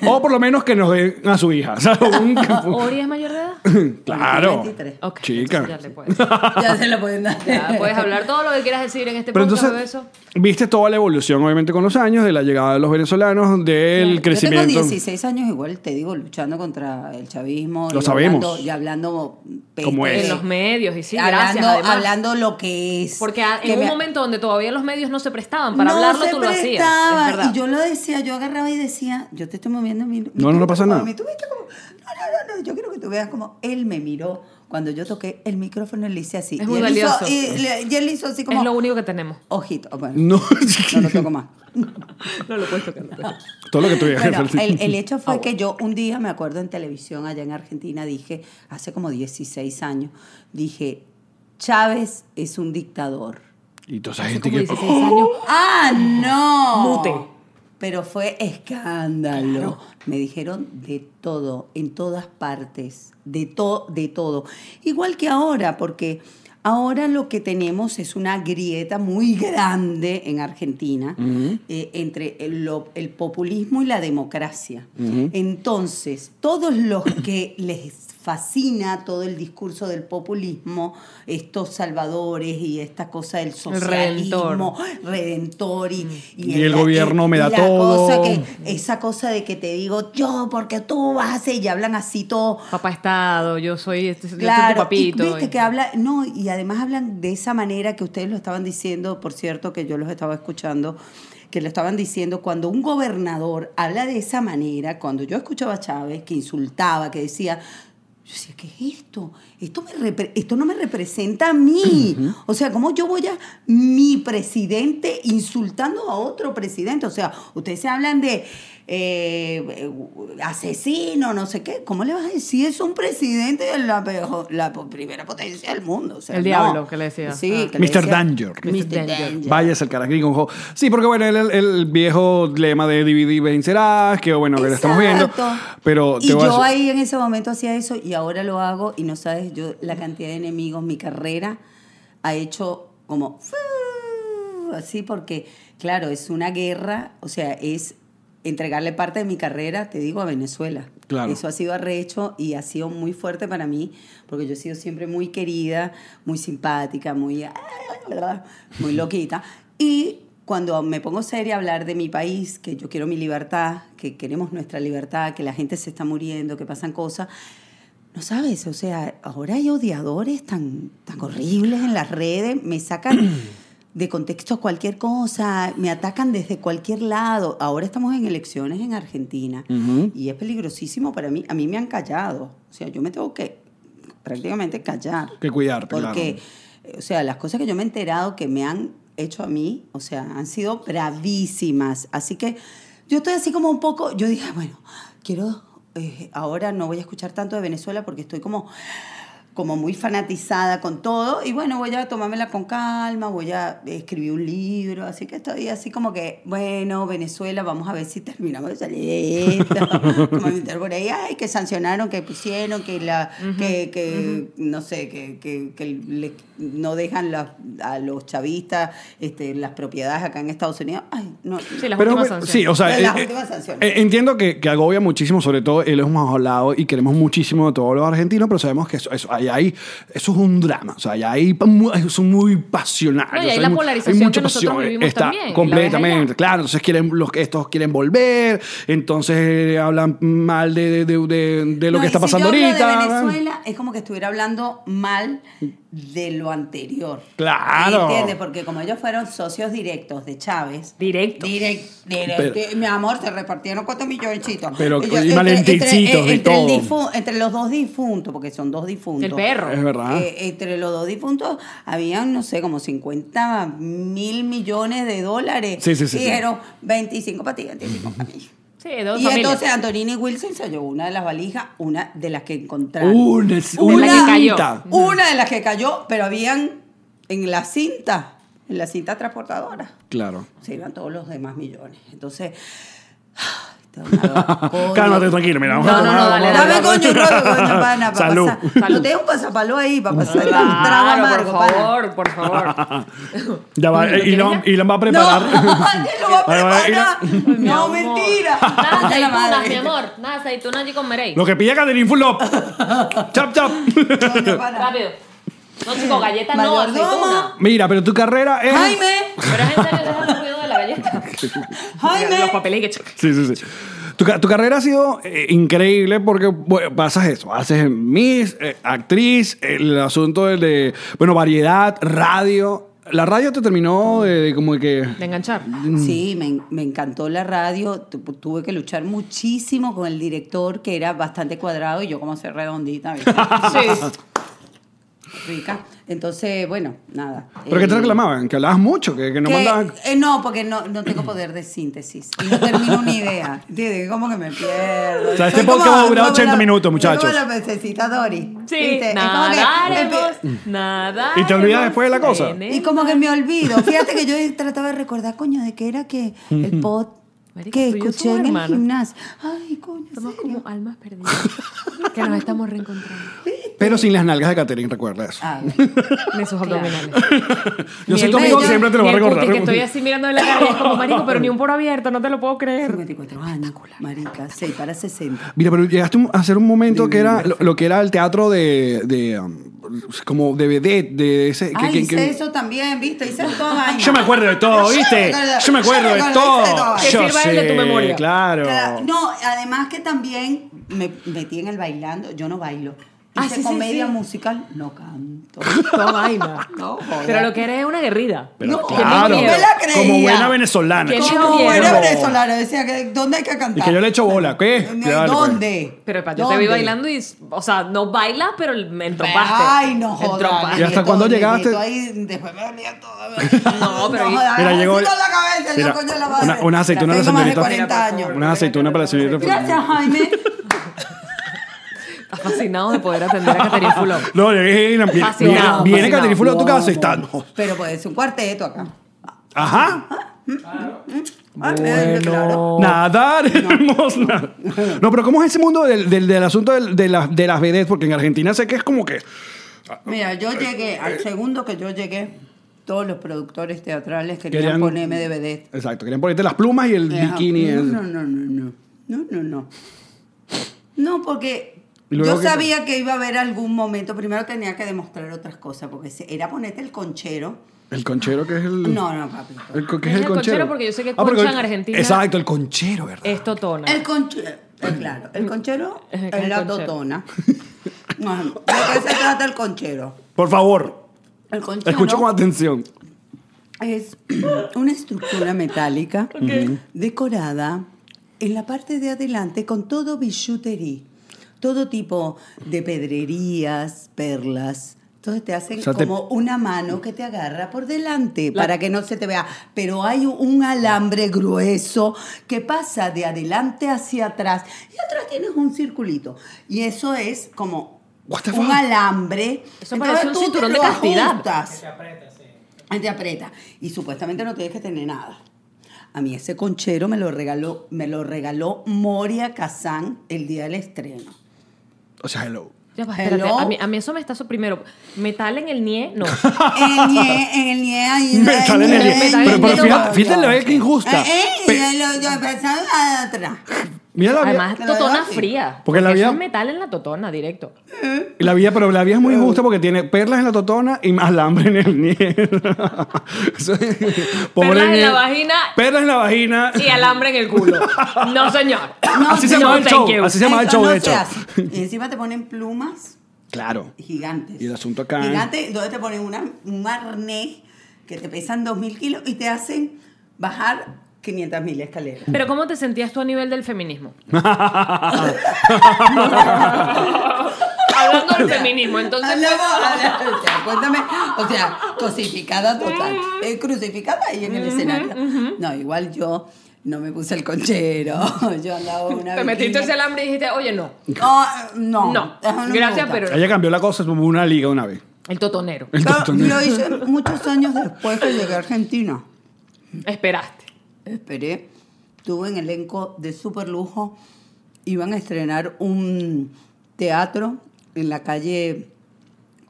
[SPEAKER 1] o por lo menos que nos den a su hija. O sea, un-
[SPEAKER 2] ¿Ori es mayor de edad?
[SPEAKER 1] claro.
[SPEAKER 3] 23.
[SPEAKER 2] Ok,
[SPEAKER 1] Chica.
[SPEAKER 2] entonces Ya le puedes.
[SPEAKER 3] Ya se lo pueden dar.
[SPEAKER 1] pues.
[SPEAKER 2] Ya puedes hablar todo lo que quieras decir en este
[SPEAKER 1] Pero
[SPEAKER 2] podcast
[SPEAKER 1] entonces,
[SPEAKER 2] de eso.
[SPEAKER 1] viste toda la evolución, obviamente, con los años, de la llegada de los venezolanos, del crecimiento.
[SPEAKER 3] Yo tengo 16 años igual, te digo, luchando contra el chavismo.
[SPEAKER 1] Lo
[SPEAKER 3] y
[SPEAKER 1] sabemos.
[SPEAKER 3] hablando- y hablando peste
[SPEAKER 1] Como es.
[SPEAKER 3] de-
[SPEAKER 2] En los medios, y sí, gracias.
[SPEAKER 3] hablando,
[SPEAKER 2] además.
[SPEAKER 3] hablando lo que es.
[SPEAKER 2] Porque a-
[SPEAKER 3] Que
[SPEAKER 2] en un
[SPEAKER 3] me-
[SPEAKER 2] momento donde todavía los medios no se prestaban para
[SPEAKER 3] No
[SPEAKER 2] hablarlo,
[SPEAKER 3] se
[SPEAKER 2] tú lo hacías.
[SPEAKER 3] prestaba,
[SPEAKER 2] Es verdad.
[SPEAKER 3] Y yo lo decía, yo agarraba y decía, yo te estoy moviendo mi. mi
[SPEAKER 1] No, no, no pasa
[SPEAKER 3] como-
[SPEAKER 1] nada.
[SPEAKER 3] mi- tú viste como, no, no, no, no, yo quiero que tú veas como él me miró cuando yo toqué el micrófono y le hice así.
[SPEAKER 2] Es
[SPEAKER 3] y
[SPEAKER 2] muy
[SPEAKER 3] él
[SPEAKER 2] valioso.
[SPEAKER 3] Hizo, y, le- y él hizo así como.
[SPEAKER 2] Es lo único que tenemos.
[SPEAKER 3] Ojito. ah, Bueno, no.
[SPEAKER 1] No,
[SPEAKER 3] lo toco más.
[SPEAKER 2] No lo puedes tocar.
[SPEAKER 1] todo lo que tú dijiste.
[SPEAKER 3] Bueno, el, el hecho
[SPEAKER 2] Ah,
[SPEAKER 3] fue
[SPEAKER 2] bueno.
[SPEAKER 3] que yo un día, me acuerdo en televisión allá en Argentina, dije, hace como 16 años, dije, Chávez es un dictador.
[SPEAKER 1] Y toda esa
[SPEAKER 2] Hace
[SPEAKER 1] gente
[SPEAKER 2] como
[SPEAKER 1] que...
[SPEAKER 2] 16 años.
[SPEAKER 3] ¡Ah, no!
[SPEAKER 2] Mute.
[SPEAKER 3] Pero fue escándalo. Me dijeron de todo, en todas partes, de, to- de todo. Igual que ahora, porque Ahora lo que tenemos es una grieta muy grande en Argentina eh, entre el, lo- el populismo y la democracia. Entonces, todos los que les fascina todo el discurso del populismo, estos salvadores y esta cosa del socialismo, redentor, y,
[SPEAKER 1] Mm. Y el gobierno me da
[SPEAKER 3] la
[SPEAKER 1] todo.
[SPEAKER 3] cosa que- esa cosa de que te digo yo porque tú vas a hacer y hablan así todo
[SPEAKER 2] Papá Estado, yo soy, este, yo soy tu
[SPEAKER 3] Claro, y
[SPEAKER 2] papito.
[SPEAKER 3] viste que habla, no, y además hablan de esa manera que ustedes lo estaban diciendo, por cierto, que yo los estaba escuchando, que lo estaban diciendo, cuando un gobernador habla de esa manera, cuando yo escuchaba a Chávez que insultaba, que decía, yo decía, ¿qué es esto? Esto, me repre- esto no me representa a mí. O sea, ¿cómo yo voy a mi presidente insultando a otro presidente? O sea, ustedes se hablan de eh, eh, asesino, no sé qué. ¿Cómo le vas a decir eso a un presidente de la, pejo- la po- primera potencia del mundo? O sea,
[SPEAKER 2] El
[SPEAKER 3] no.
[SPEAKER 2] diablo, que le decía.
[SPEAKER 3] Sí,
[SPEAKER 2] Ah.
[SPEAKER 3] que le
[SPEAKER 1] Mr.
[SPEAKER 3] decía-
[SPEAKER 1] Danger.
[SPEAKER 3] Mr.
[SPEAKER 2] Mr.
[SPEAKER 3] Danger.
[SPEAKER 1] Váyase al caracol con jo- Sí, porque bueno, el, el- el viejo lema de dividir y vencerás, que bueno, que lo estamos viendo.
[SPEAKER 3] Exacto.
[SPEAKER 1] Pero
[SPEAKER 3] y
[SPEAKER 1] te voy a
[SPEAKER 3] yo
[SPEAKER 1] decir-
[SPEAKER 3] ahí en ese momento hacía eso y ahora lo hago y no sabes yo la cantidad de enemigos, mi carrera ha hecho como fu- así porque claro, es una guerra, o sea, es entregarle parte de mi carrera, te digo, a Venezuela.
[SPEAKER 1] Claro.
[SPEAKER 3] Eso ha sido arrecho y ha sido muy fuerte para mí, porque yo he sido siempre muy querida, muy simpática, muy, eh, muy loquita. Y cuando me pongo seria a hablar de mi país, que yo quiero mi libertad, que queremos nuestra libertad, que la gente se está muriendo, que pasan cosas, no sabes, o sea, ahora hay odiadores tan, tan horribles en las redes, me sacan de contexto cualquier cosa, me atacan desde cualquier lado. Ahora estamos en elecciones en Argentina y es peligrosísimo para mí. A mí me han callado, o sea, yo me tengo que prácticamente callar.
[SPEAKER 1] Que cuidarte,
[SPEAKER 3] Porque, eh, o sea, las cosas que yo me he enterado que me han hecho a mí, o sea, han sido bravísimas. Así que yo estoy así como un poco, yo dije, bueno, quiero, eh, ahora no voy a escuchar tanto de Venezuela porque estoy como como muy fanatizada con todo y bueno, voy a tomármela con calma, voy a escribir un libro, así que estoy así como que, bueno, Venezuela, vamos a ver si terminamos de salir de esto, como inventar por ahí, ay, que sancionaron, que pusieron, que la, que, que, no sé, que, que, que le- no dejan la- a los chavistas este, las propiedades acá en Estados Unidos, ay, no,
[SPEAKER 2] Sí, las
[SPEAKER 1] Pero,
[SPEAKER 2] últimas
[SPEAKER 1] bueno,
[SPEAKER 2] sanciones.
[SPEAKER 1] sí, o sea,
[SPEAKER 3] Las
[SPEAKER 1] eh,
[SPEAKER 3] últimas
[SPEAKER 1] eh,
[SPEAKER 3] sanciones.
[SPEAKER 1] eh, entiendo que, que agobia muchísimo, sobre todo, él hemos hablado y queremos muchísimo de todos los argentinos, pero sabemos que eso, eso, ahí hay- eso es un drama, o sea, ahí hay pa- mu- son muy pasionales.
[SPEAKER 2] No, y
[SPEAKER 1] o sea,
[SPEAKER 2] ahí la
[SPEAKER 1] mu-
[SPEAKER 2] polarización que nosotros vivimos
[SPEAKER 1] está
[SPEAKER 2] también, la ves
[SPEAKER 1] completamente,
[SPEAKER 2] allá.
[SPEAKER 1] claro, entonces quieren, los, estos quieren volver, entonces eh, hablan mal de, de- de- de- de lo
[SPEAKER 3] No,
[SPEAKER 1] que
[SPEAKER 3] y
[SPEAKER 1] está
[SPEAKER 3] si
[SPEAKER 1] pasando
[SPEAKER 3] yo hablo
[SPEAKER 1] ahorita.
[SPEAKER 3] De Venezuela es como que estuviera hablando mal de lo anterior.
[SPEAKER 1] Claro.
[SPEAKER 3] ¿Entiendes? Porque como ellos fueron socios directos de Chávez.
[SPEAKER 2] Directos.
[SPEAKER 3] Direct, direct- mi amor, se repartieron cuatro milloncitos.
[SPEAKER 1] Pero-
[SPEAKER 3] Ellos-
[SPEAKER 1] y valentincitos de
[SPEAKER 3] entre el
[SPEAKER 1] todo.
[SPEAKER 3] difu- entre los dos difuntos, porque son dos difuntos.
[SPEAKER 2] El perro.
[SPEAKER 1] Es verdad.
[SPEAKER 3] Eh, entre los dos difuntos habían, no sé, como 50 mil millones de dólares.
[SPEAKER 1] Sí, sí, sí,
[SPEAKER 3] Y
[SPEAKER 1] sí.
[SPEAKER 3] dijeron 25 para ti, 25 para mí.
[SPEAKER 2] Sí, dos
[SPEAKER 3] Y
[SPEAKER 2] familias.
[SPEAKER 3] entonces Antonini Wilson se llevó una de las valijas, una de las que encontraron.
[SPEAKER 1] Una-
[SPEAKER 2] una que cayó.
[SPEAKER 3] Una de las que cayó, pero habían en la cinta, en la cinta transportadora,
[SPEAKER 1] Claro.
[SPEAKER 3] se iban todos los demás millones. Entonces, esto es una coño.
[SPEAKER 1] Cálmate, tranquilo, mira, vamos
[SPEAKER 2] No,
[SPEAKER 1] a
[SPEAKER 2] no,
[SPEAKER 1] tomar
[SPEAKER 2] no,
[SPEAKER 1] algo,
[SPEAKER 2] dale,
[SPEAKER 1] vamos a-
[SPEAKER 2] dale,
[SPEAKER 3] Dame coño, un rollo, coño, pana, para
[SPEAKER 1] Salud.
[SPEAKER 3] pasar.
[SPEAKER 2] Salud.
[SPEAKER 3] No, tengo un pasapalo ahí para pasar un trago
[SPEAKER 2] Claro,
[SPEAKER 3] amargo,
[SPEAKER 2] por
[SPEAKER 3] pana.
[SPEAKER 2] favor, por favor.
[SPEAKER 1] Ya va,
[SPEAKER 2] ¿Lo
[SPEAKER 1] eh, Elon,
[SPEAKER 2] quieres
[SPEAKER 1] Elon va a
[SPEAKER 3] No,
[SPEAKER 1] preparar.
[SPEAKER 3] ya lo va a
[SPEAKER 1] Ahora va a
[SPEAKER 3] preparar.
[SPEAKER 1] ir
[SPEAKER 2] Mi
[SPEAKER 3] No,
[SPEAKER 2] amor.
[SPEAKER 3] mentira.
[SPEAKER 2] Nada
[SPEAKER 3] Ya la
[SPEAKER 2] aceitunas,
[SPEAKER 3] madre.
[SPEAKER 2] mi amor. Nada aceitunas allí con merey.
[SPEAKER 1] Lo que pilla Catherine Fulop. chap, chap.
[SPEAKER 3] Coño, pana.
[SPEAKER 2] Rápido. No, chico, galleta no,
[SPEAKER 3] Mayordomo.
[SPEAKER 2] aceituna.
[SPEAKER 1] Mira, pero tu carrera es.
[SPEAKER 3] Jaime,
[SPEAKER 2] Pero es en serio, deja el ruido de la galleta. Los
[SPEAKER 3] Jaime.
[SPEAKER 2] papeles que...
[SPEAKER 1] Sí, sí, sí. Tu, ca- tu carrera ha sido eh, increíble porque bueno, pasas eso, haces Miss, eh, actriz, el asunto del de, bueno, variedad, radio. La radio te terminó de, de como que...
[SPEAKER 2] De enganchar.
[SPEAKER 1] Mm.
[SPEAKER 3] Sí, me, en- me encantó la radio. Tu- Tuve que luchar muchísimo con el director, que era bastante cuadrado, y yo como soy redondita, ¿viste?
[SPEAKER 2] Sí.
[SPEAKER 3] rica. Entonces, bueno, nada.
[SPEAKER 1] ¿Pero qué te
[SPEAKER 3] Eh,
[SPEAKER 1] reclamaban? Que hablabas mucho, que, que no
[SPEAKER 3] que-
[SPEAKER 1] mandabas...
[SPEAKER 3] eh, no, porque no, no tengo poder de síntesis. Y no termino una idea. Tiene como que me pierdo.
[SPEAKER 1] O sea, este
[SPEAKER 3] Soy como-
[SPEAKER 1] podcast va a durar
[SPEAKER 3] como
[SPEAKER 1] 80
[SPEAKER 3] la-
[SPEAKER 1] minutos,
[SPEAKER 3] soy
[SPEAKER 1] muchachos.
[SPEAKER 3] Como la pececita Dory.
[SPEAKER 2] Sí,
[SPEAKER 3] ¿viste? Es como que-
[SPEAKER 2] nadaremos, nadaremos.
[SPEAKER 1] ¿Y te olvidas después de la cosa?
[SPEAKER 2] en
[SPEAKER 3] Y
[SPEAKER 2] el-
[SPEAKER 3] como que me olvido. Fíjate que yo trataba de recordar, coño, de que era que el pod,
[SPEAKER 2] Marica,
[SPEAKER 3] que
[SPEAKER 2] tú y yo
[SPEAKER 3] escuché
[SPEAKER 2] somos
[SPEAKER 3] en el
[SPEAKER 2] hermanos.
[SPEAKER 3] gimnasio. Ay, coño, ¿en
[SPEAKER 2] Somos
[SPEAKER 3] serio?
[SPEAKER 2] como almas perdidas que nos estamos reencontrando
[SPEAKER 1] Pero sin las nalgas de Catherine, recuerda eso.
[SPEAKER 3] Ah, bueno.
[SPEAKER 2] en sus abdominales.
[SPEAKER 1] Yo
[SPEAKER 2] Ni
[SPEAKER 1] soy
[SPEAKER 2] el
[SPEAKER 1] tu amigo,
[SPEAKER 2] bello,
[SPEAKER 1] siempre te lo voy
[SPEAKER 2] ni
[SPEAKER 1] a
[SPEAKER 2] el
[SPEAKER 1] recordar.
[SPEAKER 2] cuti, que estoy así mirando de la cara y es como marico, pero ni un poro abierto, no te lo puedo creer.
[SPEAKER 3] 54 años, marica, 6 para 60.
[SPEAKER 1] Mira, pero llegaste un- a hacer un momento que era lo, lo que era el teatro de, de, um, como de vedette, de ese... que-
[SPEAKER 3] Ay,
[SPEAKER 1] que-
[SPEAKER 3] hice
[SPEAKER 1] que-
[SPEAKER 3] eso también, ¿viste? Hice toda vaina.
[SPEAKER 1] Yo me acuerdo de todo,
[SPEAKER 3] Yo me
[SPEAKER 1] ¿viste?
[SPEAKER 3] acuerdo-
[SPEAKER 1] Yo me acuerdo de todo.
[SPEAKER 3] hice toda
[SPEAKER 2] Que
[SPEAKER 1] Yo
[SPEAKER 2] sirva el de tu
[SPEAKER 1] sé,
[SPEAKER 2] memoria.
[SPEAKER 1] Claro.
[SPEAKER 3] Cada- No, además que también me metí en el bailando. Yo no bailo.
[SPEAKER 2] Ah,
[SPEAKER 3] Hice
[SPEAKER 2] sí, sí,
[SPEAKER 3] comedia
[SPEAKER 2] sí.
[SPEAKER 3] musical, no canto.
[SPEAKER 2] Toda vaina.
[SPEAKER 3] No, joder.
[SPEAKER 2] Pero lo que eres es una guerrida.
[SPEAKER 1] Pero
[SPEAKER 3] No,
[SPEAKER 1] claro,
[SPEAKER 2] que no me
[SPEAKER 3] la creía.
[SPEAKER 1] como buena venezolana.
[SPEAKER 2] Que
[SPEAKER 1] chico,
[SPEAKER 2] no
[SPEAKER 3] Como
[SPEAKER 2] quiero.
[SPEAKER 3] era venezolano, decía que ¿dónde hay que cantar?
[SPEAKER 1] Y que yo le echo bola, ¿qué?
[SPEAKER 3] ¿Dónde?
[SPEAKER 1] Claro, pues.
[SPEAKER 3] ¿Dónde?
[SPEAKER 2] Pero pa, yo te vi
[SPEAKER 3] ¿Dónde?
[SPEAKER 2] bailando y, o sea, no bailas, pero el- me entrompaste.
[SPEAKER 3] Ay, no
[SPEAKER 2] Me
[SPEAKER 3] jodas.
[SPEAKER 2] entrompaste.
[SPEAKER 1] ¿Y hasta cuándo llegaste?
[SPEAKER 3] Ahí, después me dolía todo.
[SPEAKER 2] No, pero ahí-
[SPEAKER 3] jodas,
[SPEAKER 1] Mira,
[SPEAKER 3] así
[SPEAKER 1] llegó-
[SPEAKER 3] con la cabeza,
[SPEAKER 1] Mira,
[SPEAKER 3] yo, coño, la madre.
[SPEAKER 1] una- una aceituna
[SPEAKER 3] Ya
[SPEAKER 1] a la
[SPEAKER 3] tengo más de
[SPEAKER 1] señorita.
[SPEAKER 3] 40 años.
[SPEAKER 1] Unas aceitunas para la señorita.
[SPEAKER 3] Gracias, Jaime.
[SPEAKER 2] Estás fascinado de poder atender a Caterina Fulón.
[SPEAKER 1] No, llegué y la- viene,
[SPEAKER 2] Fascinado,
[SPEAKER 1] viene
[SPEAKER 2] fascinado.
[SPEAKER 1] Caterina Fulano a tu casa y
[SPEAKER 3] pues No,
[SPEAKER 1] está.
[SPEAKER 3] no.
[SPEAKER 1] no.
[SPEAKER 3] Pero puede ser un cuarteto acá.
[SPEAKER 1] Ajá.
[SPEAKER 3] Ah, eh, claro.
[SPEAKER 1] Nadar, hermoso. nada. No, pero ¿cómo es ese mundo del, del- del asunto del- de, las- de las vedettes? Porque en Argentina sé que es como que.
[SPEAKER 3] Mira, yo llegué, al segundo que yo llegué, todos los productores teatrales querían,
[SPEAKER 1] Querían-
[SPEAKER 3] ponerme de vedette.
[SPEAKER 1] Exacto, querían ponerte las plumas y el
[SPEAKER 3] Ajá.
[SPEAKER 1] bikini.
[SPEAKER 3] No,
[SPEAKER 1] el-
[SPEAKER 3] no, no, no, no. No, no, no. No, porque
[SPEAKER 1] Y luego
[SPEAKER 3] yo
[SPEAKER 1] que-
[SPEAKER 3] sabía que iba a haber algún momento. Primero tenía que demostrar otras cosas, porque se- era ponerte el conchero.
[SPEAKER 1] El conchero que es el.
[SPEAKER 3] No, no, papito.
[SPEAKER 1] El, co- ¿Qué es
[SPEAKER 2] Es
[SPEAKER 1] el
[SPEAKER 2] el
[SPEAKER 1] conchero? Ah,
[SPEAKER 2] conchero porque yo sé que
[SPEAKER 1] porque-
[SPEAKER 2] concha en Argentina-
[SPEAKER 1] Exacto, el conchero, ¿verdad?
[SPEAKER 2] Es totona.
[SPEAKER 3] El conchero, claro, el conchero
[SPEAKER 2] El
[SPEAKER 3] es la
[SPEAKER 2] conchero.
[SPEAKER 3] totona. No, ¿De qué se trata el conchero?
[SPEAKER 1] Por favor,
[SPEAKER 3] El conchero
[SPEAKER 1] escucho con atención.
[SPEAKER 3] es una estructura metálica decorada en la parte de adelante con todo bijoutería, todo tipo de pedrerías, perlas. Entonces te hacen
[SPEAKER 1] O sea, te-
[SPEAKER 3] como una mano que te agarra por delante
[SPEAKER 2] La-
[SPEAKER 3] para que no se te vea. Pero hay un alambre grueso que pasa de adelante hacia atrás y atrás tienes un circulito. Y eso es como
[SPEAKER 1] What the
[SPEAKER 3] un
[SPEAKER 1] fuck?
[SPEAKER 3] alambre.
[SPEAKER 2] Eso parece un
[SPEAKER 3] tú te
[SPEAKER 2] cinturón de
[SPEAKER 3] lo
[SPEAKER 2] castidad.
[SPEAKER 3] ajustas. Ahí te aprieta. Y supuestamente no tienes que tener nada. A mí ese conchero me lo regaló, me lo regaló Moria Kazán el día del estreno.
[SPEAKER 1] O sea, hello.
[SPEAKER 2] Ya va, espérate.
[SPEAKER 3] Hello.
[SPEAKER 2] A mí, a mí eso me está su primero. Metal en el nie, no.
[SPEAKER 3] En el nie, en el nie, ahí-
[SPEAKER 1] Metal en el nie.
[SPEAKER 2] Metal en
[SPEAKER 1] Pero,
[SPEAKER 2] el
[SPEAKER 1] pero
[SPEAKER 2] nie.
[SPEAKER 1] fíjate, fíjate la vez que injusta.
[SPEAKER 3] Eh, eh,
[SPEAKER 1] Pe-
[SPEAKER 3] y lo- yo pensaba atrás.
[SPEAKER 1] Mira la vida.
[SPEAKER 2] Además,
[SPEAKER 3] Te lo dejo
[SPEAKER 2] totona
[SPEAKER 3] así.
[SPEAKER 2] fría.
[SPEAKER 1] Porque la
[SPEAKER 2] eso
[SPEAKER 1] vida-
[SPEAKER 2] es metal en la totona, directo.
[SPEAKER 1] La vida, pero la vida es muy injusta porque tiene perlas en la totona y más alambre en el nie. Eso es-
[SPEAKER 2] Perlas en
[SPEAKER 1] nie.
[SPEAKER 2] la vagina.
[SPEAKER 1] Perlas en la vagina.
[SPEAKER 2] Y alambre en el culo. No, señor.
[SPEAKER 1] así se
[SPEAKER 2] no,
[SPEAKER 1] llama el
[SPEAKER 2] thank
[SPEAKER 1] show.
[SPEAKER 2] you.
[SPEAKER 1] Así se llama el
[SPEAKER 3] Eso
[SPEAKER 1] show,
[SPEAKER 3] no
[SPEAKER 1] de
[SPEAKER 3] se
[SPEAKER 1] hecho.
[SPEAKER 3] hace. Y encima te ponen plumas
[SPEAKER 1] Claro.
[SPEAKER 3] gigantes.
[SPEAKER 1] Y el asunto acá es-
[SPEAKER 3] Gigantes, donde te ponen una- un arnés que te pesan 2.000 kilos y te hacen bajar 500.000 escaleras.
[SPEAKER 2] Pero ¿cómo te sentías tú a nivel del feminismo? Hablando del feminismo, entonces... pues,
[SPEAKER 3] Hablamos, hablamos, o sea, cuéntame, o sea, cosificada total, eh, crucificada ahí en el escenario. No, igual yo no me puse el conchero, yo andaba una
[SPEAKER 2] Te metiste
[SPEAKER 3] bikini.
[SPEAKER 2] ese alambre y dijiste, oye, no.
[SPEAKER 3] No, no,
[SPEAKER 2] No,
[SPEAKER 3] eso me
[SPEAKER 2] gracias,
[SPEAKER 3] gusta.
[SPEAKER 2] pero-
[SPEAKER 1] Ella cambió la cosa, hubo una liga una vez.
[SPEAKER 2] El totonero.
[SPEAKER 3] Yo lo hice muchos años después que llegué a Argentina.
[SPEAKER 2] Esperaste.
[SPEAKER 3] Esperé, tuve un elenco de super lujo, iban a estrenar un teatro en la calle,